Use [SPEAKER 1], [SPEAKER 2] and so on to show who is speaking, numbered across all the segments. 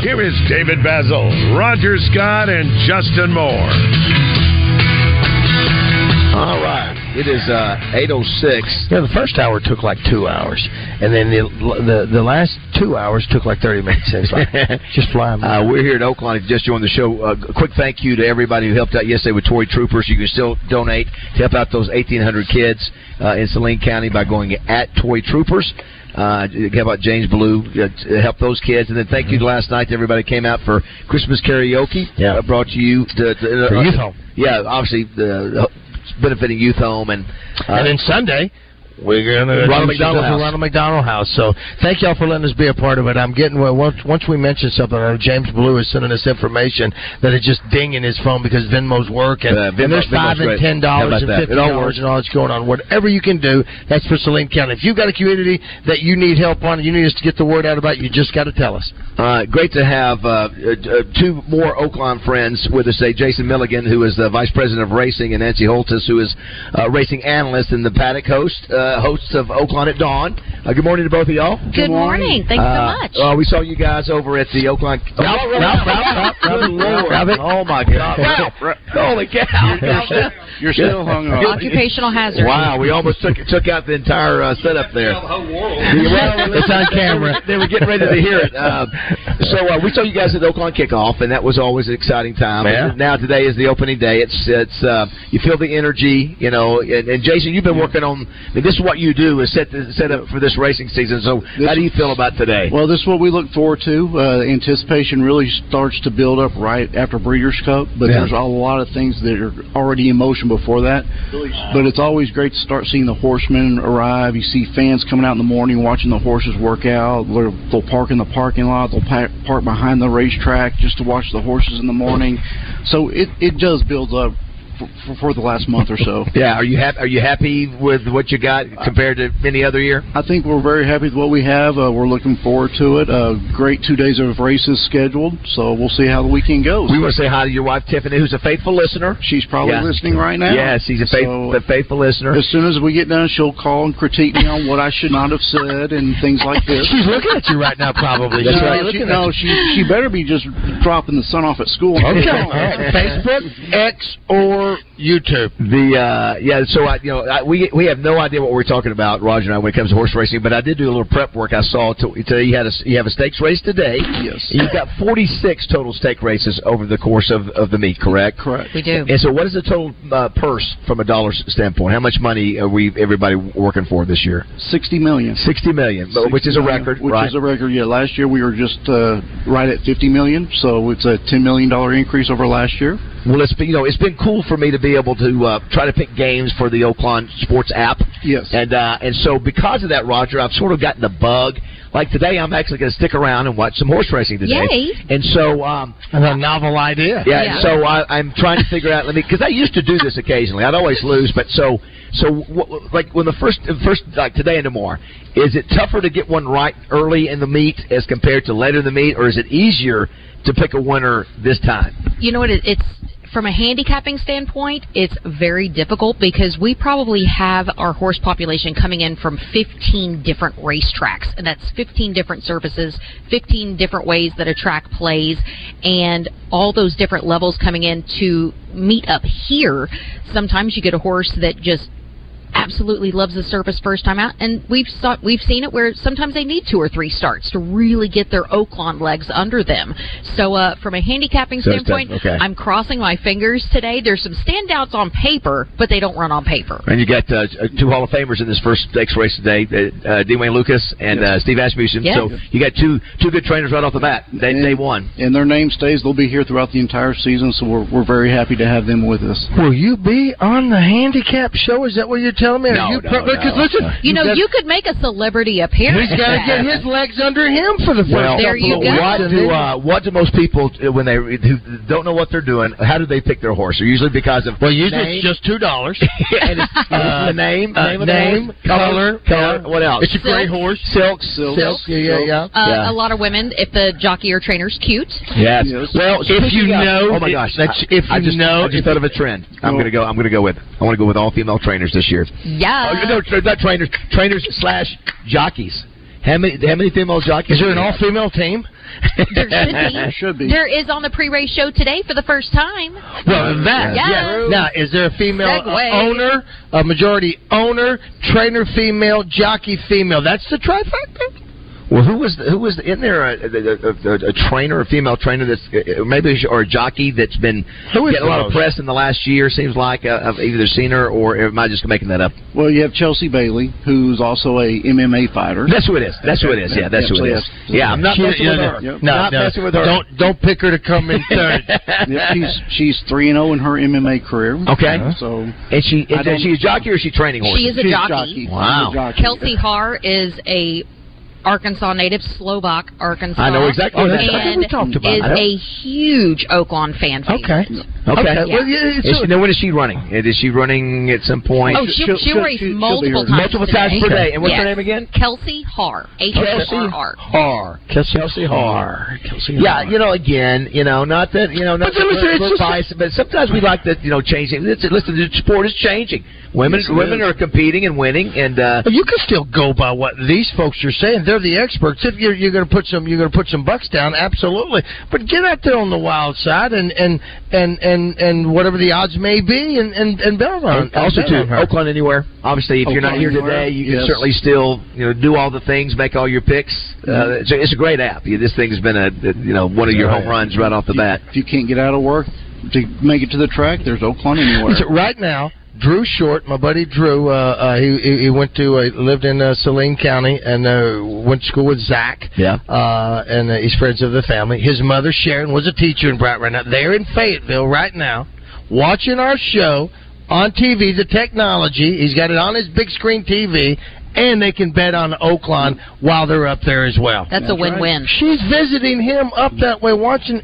[SPEAKER 1] Here is David Basil, Roger Scott, and Justin Moore.
[SPEAKER 2] All right. It is uh, 8.06.
[SPEAKER 3] Yeah, the first hour took like two hours, and then the the, the last two hours took like 30 minutes. It's like, just flying.
[SPEAKER 2] Uh, we're here at Oakland. If you just joined the show, uh, a quick thank you to everybody who helped out yesterday with Tory Troopers. You can still donate to help out those 1,800 kids uh, in Saline County by going at Toy Troopers. Uh, help out James Blue, uh, to help those kids. And then thank you to last night to everybody that came out for Christmas karaoke.
[SPEAKER 3] Mm-hmm. Yeah.
[SPEAKER 2] Uh, brought to you. To, to, uh,
[SPEAKER 3] For Youth Home.
[SPEAKER 2] Yeah, obviously the, benefiting Youth Home. And, uh,
[SPEAKER 3] and then Sunday, we're gonna
[SPEAKER 2] Ronald
[SPEAKER 3] Ronald McDonald
[SPEAKER 2] McDonald House.
[SPEAKER 3] Ronald McDonald House. So thank y'all for letting us be a part of it. I'm getting well, once once we mention something, I know James Blue is sending us information that is just dinging his phone because Venmo's working.
[SPEAKER 2] Uh, Venmo-
[SPEAKER 3] and there's five
[SPEAKER 2] Venmo's
[SPEAKER 3] and
[SPEAKER 2] great.
[SPEAKER 3] ten
[SPEAKER 2] How
[SPEAKER 3] dollars
[SPEAKER 2] about
[SPEAKER 3] and
[SPEAKER 2] that?
[SPEAKER 3] fifty
[SPEAKER 2] It all works.
[SPEAKER 3] dollars and all that's going on. Whatever you can do, that's for Saline County. If you've got a community that you need help on, you need us to get the word out about, you just got to tell us.
[SPEAKER 2] Uh, great to have uh, uh, two more Oakland friends with us today. Jason Milligan, who is the vice president of racing, and Nancy Holtis, who is uh, racing analyst and the paddock host, uh, hosts of Oakland at Dawn. Uh, good morning to both of y'all.
[SPEAKER 4] Good morning. Thanks
[SPEAKER 2] Uh,
[SPEAKER 4] so much.
[SPEAKER 2] Uh, we saw you guys over at the Oakland.
[SPEAKER 3] Ralph, Ralph, Ralph, Ralph,
[SPEAKER 2] Good Lord.
[SPEAKER 3] Ralph, Ralph.
[SPEAKER 2] Oh my God, Ralph! Holy cow!
[SPEAKER 5] You're still hung up.
[SPEAKER 4] Occupational hazard.
[SPEAKER 2] Wow, we almost took took out the entire uh, setup there.
[SPEAKER 3] It's on camera.
[SPEAKER 2] They were getting ready to hear it. Uh, so uh, we saw you guys at the Oakland kickoff, and that was always an exciting time.
[SPEAKER 3] Yeah.
[SPEAKER 2] And now today is the opening day. It's it's uh, you feel the energy, you know. And, and Jason, you've been working on. I mean, this is what you do is set the, set up for this racing season. So how do you feel about today?
[SPEAKER 5] Well, this is what we look forward to. Uh, anticipation really starts to build up right after Breeders' Cup, but
[SPEAKER 2] Yeah.
[SPEAKER 5] there's a lot of things that are already in motion before that. But it's always great to start seeing the horsemen arrive. You see fans coming out in the morning, watching the horses work out. They'll, they'll park in the parking lot. They'll pa- park behind the racetrack just to watch the horses in the morning. So it it does build up for, for, for the last month or so.
[SPEAKER 2] yeah, Uh, are you happy? Are you happy with what you got compared to any other year?
[SPEAKER 5] I think we're very happy with what we have. Uh, we're looking forward to it. Uh, great two days of races scheduled, so we'll see how the weekend goes.
[SPEAKER 2] We want to say hi to your wife Tiffany, who's a faithful listener.
[SPEAKER 5] She's probably
[SPEAKER 2] Yeah.
[SPEAKER 5] listening right now.
[SPEAKER 2] Yes, she's a, faith,
[SPEAKER 5] So-
[SPEAKER 2] a faithful listener.
[SPEAKER 5] As soon as we get done, she'll call and critique me on what I should not have said and things like this.
[SPEAKER 3] She's looking at you right now, probably.
[SPEAKER 2] That's
[SPEAKER 3] She's
[SPEAKER 2] right.
[SPEAKER 3] really
[SPEAKER 5] She,
[SPEAKER 3] looking at
[SPEAKER 5] no,
[SPEAKER 3] you.
[SPEAKER 5] she she better be just dropping the son off at school.
[SPEAKER 3] Okay.
[SPEAKER 5] Come on.
[SPEAKER 3] Facebook, X, or YouTube.
[SPEAKER 2] The uh, yeah, so I you know I, we we have no idea what we're talking about, Roger and I, when it comes to horse racing. But I did do a little prep work. I saw to, to, you had a you have a stakes race today.
[SPEAKER 5] Yes.
[SPEAKER 2] You've got forty six total stake races over the course of, of the meet, correct?
[SPEAKER 5] Correct.
[SPEAKER 4] We do.
[SPEAKER 2] And so, what is the total uh, purse from a dollar s- standpoint? How much money are we everybody working for this year?
[SPEAKER 5] Sixty million.
[SPEAKER 2] Sixty million, but- which is a
[SPEAKER 5] 60 million,
[SPEAKER 2] record,
[SPEAKER 5] Which
[SPEAKER 2] right?
[SPEAKER 5] is a record. Yeah, last year we were just uh, right at fifty million, so it's a ten million dollar increase over last year.
[SPEAKER 2] well, it's been you know it's been cool for me to be able to uh, try to pick games for the Oakland Sports app.
[SPEAKER 5] Yes.
[SPEAKER 2] And uh, and so because of that, Roger, I've sort of gotten the bug. Like today, I'm actually going to stick around and watch some horse racing today.
[SPEAKER 4] Yay.
[SPEAKER 2] And so, um,
[SPEAKER 3] And a novel idea.
[SPEAKER 2] yeah.
[SPEAKER 4] Yeah.
[SPEAKER 2] And so I, I'm trying to figure out. Let me, because I used to do this occasionally. I'd always lose, but so so wh- like when the first first like today and tomorrow, is it tougher to get one right early in the meet as compared to later in the meet, or is it easier to pick a winner this time?
[SPEAKER 4] You know what? It, it's from a handicapping standpoint, it's very difficult because we probably have our horse population coming in from 15 different racetracks, and that's 15 different surfaces, 15 different ways that a track plays, and all those different levels coming in to meet up here. Sometimes you get a horse that just absolutely loves the surface first time out, and we've saw, we've seen it where sometimes they need two or three starts to really get their Oaklawn legs under them. So uh, from a handicapping
[SPEAKER 2] So it's
[SPEAKER 4] standpoint,
[SPEAKER 2] tough, okay.
[SPEAKER 4] I'm crossing my fingers today. There's some standouts on paper, but they don't run on paper.
[SPEAKER 2] And you got uh, two Hall of Famers in this first stakes race today, uh, uh, Dwayne Lucas and uh, Steve Asmussen.
[SPEAKER 4] Yes.
[SPEAKER 2] So you got two two good trainers right off the bat. They
[SPEAKER 5] And-
[SPEAKER 2] they won.
[SPEAKER 5] And their name stays. They'll be here throughout the entire season, so we're, we're very happy to have them with us.
[SPEAKER 3] Will you be on the handicap show? Is that what you're telling me? Are
[SPEAKER 2] No,
[SPEAKER 3] you
[SPEAKER 2] no,
[SPEAKER 3] pro- because
[SPEAKER 2] no.
[SPEAKER 3] listen,
[SPEAKER 4] You know,
[SPEAKER 3] got-
[SPEAKER 4] you could make a celebrity appearance.
[SPEAKER 3] He's got to
[SPEAKER 4] at
[SPEAKER 3] get
[SPEAKER 4] that.
[SPEAKER 3] his legs under him for the first
[SPEAKER 2] Well,
[SPEAKER 4] There you
[SPEAKER 3] couple
[SPEAKER 4] go.
[SPEAKER 3] of weeks.
[SPEAKER 2] what
[SPEAKER 3] and
[SPEAKER 2] do
[SPEAKER 3] then-
[SPEAKER 2] uh, what do most people uh, when they who don't know what they're doing? How do they pick their horse? Usually because of
[SPEAKER 3] well, usually
[SPEAKER 2] name,
[SPEAKER 3] it's just two dollars.
[SPEAKER 2] and it's, it's
[SPEAKER 3] Uh,
[SPEAKER 2] the name,
[SPEAKER 3] uh,
[SPEAKER 2] name, of the
[SPEAKER 3] name,
[SPEAKER 2] horse,
[SPEAKER 3] color,
[SPEAKER 2] color.
[SPEAKER 3] yeah.
[SPEAKER 2] What else?
[SPEAKER 3] It's a gray
[SPEAKER 4] Silk.
[SPEAKER 3] horse.
[SPEAKER 2] Silk,
[SPEAKER 5] Silk.
[SPEAKER 2] silk.
[SPEAKER 3] Yeah, yeah, yeah.
[SPEAKER 4] Uh,
[SPEAKER 2] Yeah.
[SPEAKER 4] A lot of women, if the jockey or trainer's cute,
[SPEAKER 2] Yes.
[SPEAKER 5] Yes.
[SPEAKER 2] Well,
[SPEAKER 3] If you
[SPEAKER 2] speaking of-
[SPEAKER 3] know-
[SPEAKER 2] oh my gosh,
[SPEAKER 3] that's-
[SPEAKER 2] I-
[SPEAKER 3] if
[SPEAKER 2] I
[SPEAKER 3] you
[SPEAKER 2] just,
[SPEAKER 3] know-
[SPEAKER 2] I just
[SPEAKER 3] if-
[SPEAKER 2] thought of a trend. I'm
[SPEAKER 5] Cool.
[SPEAKER 2] gonna go. I'm gonna go with. I want to go with all female trainers this year.
[SPEAKER 4] yeah.
[SPEAKER 2] oh, no, tra- not trainers. Trainers slash jockeys. How many? How many female jockeys?
[SPEAKER 3] Is there an
[SPEAKER 2] do you have?
[SPEAKER 3] all-fememe team?
[SPEAKER 4] There should be.
[SPEAKER 5] Should be.
[SPEAKER 4] There is on the pre-race show today for the first time.
[SPEAKER 3] Well, that
[SPEAKER 4] Yes.
[SPEAKER 3] yes. Now, is there a female uh,
[SPEAKER 4] Segway.
[SPEAKER 3] owner, a majority owner, trainer female, jockey female? That's the trifecta.
[SPEAKER 2] Well, who was the, who was the, in there a, a, a, a, a trainer, a female trainer that's uh, maybe or a jockey that's been
[SPEAKER 3] Who is
[SPEAKER 2] getting a lot of
[SPEAKER 3] those?
[SPEAKER 2] press in the last year? Seems like uh, I've either seen her or am I just making that up?
[SPEAKER 5] Well, you have Chelsea Bailey, who's also a MMA fighter.
[SPEAKER 2] That's who it is. That's who it is. Yeah, that's who it is. Yeah, I'm not
[SPEAKER 3] She-
[SPEAKER 2] messing with
[SPEAKER 3] yeah,
[SPEAKER 2] her.
[SPEAKER 5] no.
[SPEAKER 2] I'm
[SPEAKER 5] No,
[SPEAKER 2] not messing with her.
[SPEAKER 3] Don't don't pick her to come in third.
[SPEAKER 5] Yeah, she's she's three
[SPEAKER 2] oh
[SPEAKER 5] and zero in her MMA career.
[SPEAKER 2] Okay.
[SPEAKER 5] So
[SPEAKER 2] Uh-huh. And she is
[SPEAKER 5] I don't-
[SPEAKER 2] she a jockey or is she training horses?
[SPEAKER 4] She is a
[SPEAKER 5] she's
[SPEAKER 4] jockey.
[SPEAKER 5] jockey.
[SPEAKER 2] Wow.
[SPEAKER 5] She's a jockey.
[SPEAKER 4] Kelsey Haar is a Arkansas native, Slovak Arkansas.
[SPEAKER 2] I know exactly what
[SPEAKER 4] And
[SPEAKER 2] that is. I think we talked about
[SPEAKER 4] is
[SPEAKER 2] it.
[SPEAKER 4] a huge Oaklawn fan. favorite.
[SPEAKER 2] Okay.
[SPEAKER 4] Okay.
[SPEAKER 2] Well, yeah, it's-
[SPEAKER 3] Yeah.
[SPEAKER 2] and then when is she running? And Is she running at some point?
[SPEAKER 4] Oh, she
[SPEAKER 5] She'll-
[SPEAKER 4] she
[SPEAKER 5] she'll-
[SPEAKER 4] race
[SPEAKER 5] she'll- she'll be
[SPEAKER 4] multiple
[SPEAKER 5] her-
[SPEAKER 4] times.
[SPEAKER 2] Multiple times per
[SPEAKER 4] today.
[SPEAKER 2] day. And what's her
[SPEAKER 4] Yes.
[SPEAKER 2] name again?
[SPEAKER 4] Kelsey Haar. H
[SPEAKER 2] Kelsey
[SPEAKER 4] A R R.
[SPEAKER 2] Har.
[SPEAKER 3] Kelsey,
[SPEAKER 2] Kelsey Har.
[SPEAKER 3] Kelsey
[SPEAKER 2] Yeah, you know, again, you know, not that you know, not
[SPEAKER 3] But then
[SPEAKER 2] that
[SPEAKER 3] listen,
[SPEAKER 2] we're-
[SPEAKER 3] it's
[SPEAKER 2] we're
[SPEAKER 3] just-
[SPEAKER 2] biased, but sometimes we like to, you know, change things. Listen, listen, the sport is changing. Women,
[SPEAKER 5] Yes, it
[SPEAKER 2] women
[SPEAKER 5] is.
[SPEAKER 2] are competing and winning, and uh,
[SPEAKER 3] But you can still go by what these folks are saying. They're the experts. If you're you're going to put some you're going to put some bucks down, absolutely. But get out there on the wild side and and and and, and whatever the odds may be, and and and bet on.
[SPEAKER 2] And also
[SPEAKER 3] bet
[SPEAKER 2] to
[SPEAKER 3] on her.
[SPEAKER 2] Oakland anywhere. Obviously, if you're not
[SPEAKER 5] Oakland
[SPEAKER 2] here
[SPEAKER 5] Anywhere,
[SPEAKER 2] today, you can
[SPEAKER 5] yes.
[SPEAKER 2] certainly still you know do all the things, make all your picks. Uh, so it's a great app. Yeah, this thing's been a you know one of your home runs right off the bat.
[SPEAKER 5] If you can't get out of work to make it to the track, there's Oakland anywhere.
[SPEAKER 3] So right now, Drew Short, my buddy Drew, uh, uh, he- he he went to uh, lived in uh, Saline County and uh, went to school with Zach.
[SPEAKER 2] Yeah.
[SPEAKER 3] uh, and uh, he's friends of the family. His mother Sharon was a teacher in Bright right now. They're in Fayetteville right now, watching our show on TV. The technology he's got it on his big screen TV, and they can bet on Oakland while they're up there as well.
[SPEAKER 4] That's, a win-win.
[SPEAKER 3] She's visiting him up that way, watching.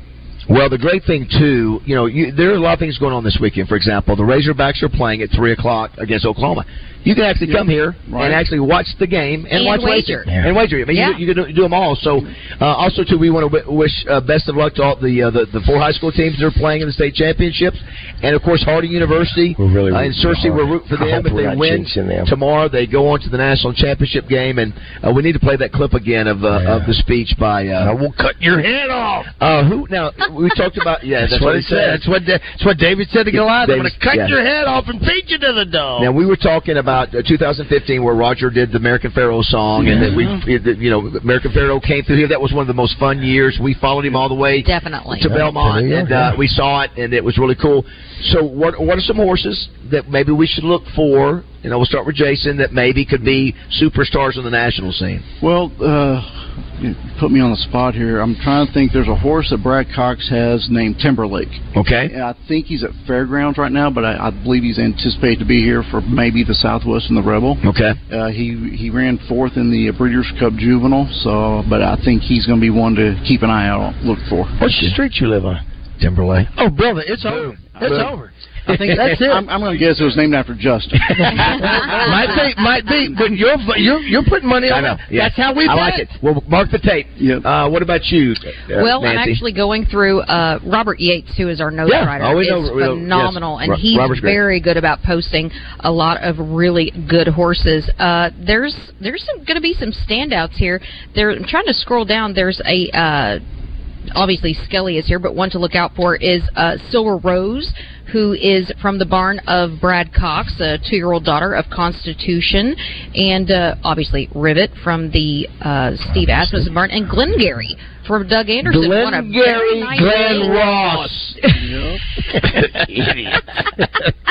[SPEAKER 2] Well, the great thing too, you know, you, there are a lot of things going on this weekend. For example, the Razorbacks are playing at three o'clock against Oklahoma. You can actually come here
[SPEAKER 5] right.
[SPEAKER 2] and actually watch the game
[SPEAKER 4] And
[SPEAKER 2] and, watch
[SPEAKER 4] wager.
[SPEAKER 2] racing. and wager. I mean,
[SPEAKER 4] Yeah.
[SPEAKER 2] you, you can do them all. So, uh, also too, we want to w- wish uh, best of luck to all the, uh, the the four high school teams that are playing in the state championships, and of course Harding University.
[SPEAKER 6] We're really
[SPEAKER 2] uh, and
[SPEAKER 6] rooting for
[SPEAKER 2] Searcy, we're
[SPEAKER 6] Harding.
[SPEAKER 2] rooting for
[SPEAKER 6] I
[SPEAKER 2] them.
[SPEAKER 6] hope
[SPEAKER 2] If
[SPEAKER 6] we're
[SPEAKER 2] they
[SPEAKER 6] not
[SPEAKER 2] win
[SPEAKER 6] jinxing them.
[SPEAKER 2] tomorrow, they go on to the national championship game, and uh, we need to play that clip again of uh, of the speech by. Uh,
[SPEAKER 3] I will cut your head off.
[SPEAKER 2] uh, who now we talked about? Yeah, that's, what he said.
[SPEAKER 3] That's what Da- that's what David said to Goliath. I'm going
[SPEAKER 2] David-
[SPEAKER 3] to cut
[SPEAKER 2] yeah.
[SPEAKER 3] your head off and feed you to the dog.
[SPEAKER 2] Now we were talking about uh, 2015, where Roger did the American Pharaoh song, and that we,
[SPEAKER 3] Mm-hmm.
[SPEAKER 2] that, you know, American Pharaoh came through here. That was one of the most fun years. We followed him all the way
[SPEAKER 4] Definitely.
[SPEAKER 2] to Belmont,
[SPEAKER 3] Yeah,
[SPEAKER 2] and
[SPEAKER 3] yeah.
[SPEAKER 2] uh, we saw it, and it was really cool. So, what what are some horses that maybe we should look for? You know, we'll start with Jason. That maybe could be superstars on the national scene.
[SPEAKER 5] Well, uh, you put me on the spot here. I'm trying to think. There's a horse that Brad Cox has named Timberlake.
[SPEAKER 2] Okay.
[SPEAKER 5] And I think he's at fairgrounds right now, but I, I believe he's anticipated to be here for maybe the Southwest and the Rebel.
[SPEAKER 3] Mm-hmm.
[SPEAKER 2] Okay.
[SPEAKER 5] Uh, he he ran fourth in the Breeders' Cup Juvenile, so but I think he's going to be one to keep an eye out, on, look for.
[SPEAKER 3] What's the street you live on?
[SPEAKER 2] Timberlake.
[SPEAKER 3] Oh, brother, it's over. It's
[SPEAKER 2] Boom.
[SPEAKER 3] over. I think that's it.
[SPEAKER 5] I'm, I'm going to guess it was named after Justin.
[SPEAKER 3] might be, might be, but you're you're, you're putting money
[SPEAKER 2] I
[SPEAKER 3] on
[SPEAKER 2] know.
[SPEAKER 3] it.
[SPEAKER 2] yeah.
[SPEAKER 3] That's how we.
[SPEAKER 2] I
[SPEAKER 3] bet.
[SPEAKER 2] like it. Well, mark the tape.
[SPEAKER 5] Yep.
[SPEAKER 2] Uh, what about you? uh,
[SPEAKER 4] Well, I'm
[SPEAKER 2] Nancy?
[SPEAKER 4] actually going through uh, Robert Yates, who is our nose
[SPEAKER 2] Yeah,
[SPEAKER 4] rider.
[SPEAKER 2] oh, we
[SPEAKER 4] is
[SPEAKER 2] know- we know- yes,
[SPEAKER 4] phenomenal,
[SPEAKER 2] Ro-
[SPEAKER 4] and he's
[SPEAKER 2] Robert's great.
[SPEAKER 4] very good about posting a lot of really good horses. Uh, there's there's some going to be some standouts here. There, I'm trying to scroll down. There's a uh, obviously Skelly is here, but one to look out for is uh, Silver Rose, who is from the barn of Brad Cox, a two-year-old daughter of Constitution, and uh, obviously Rivet from the uh, Steve Asmussen barn, and Glengarry from Doug Anderson. What a very nice name.
[SPEAKER 2] Ross.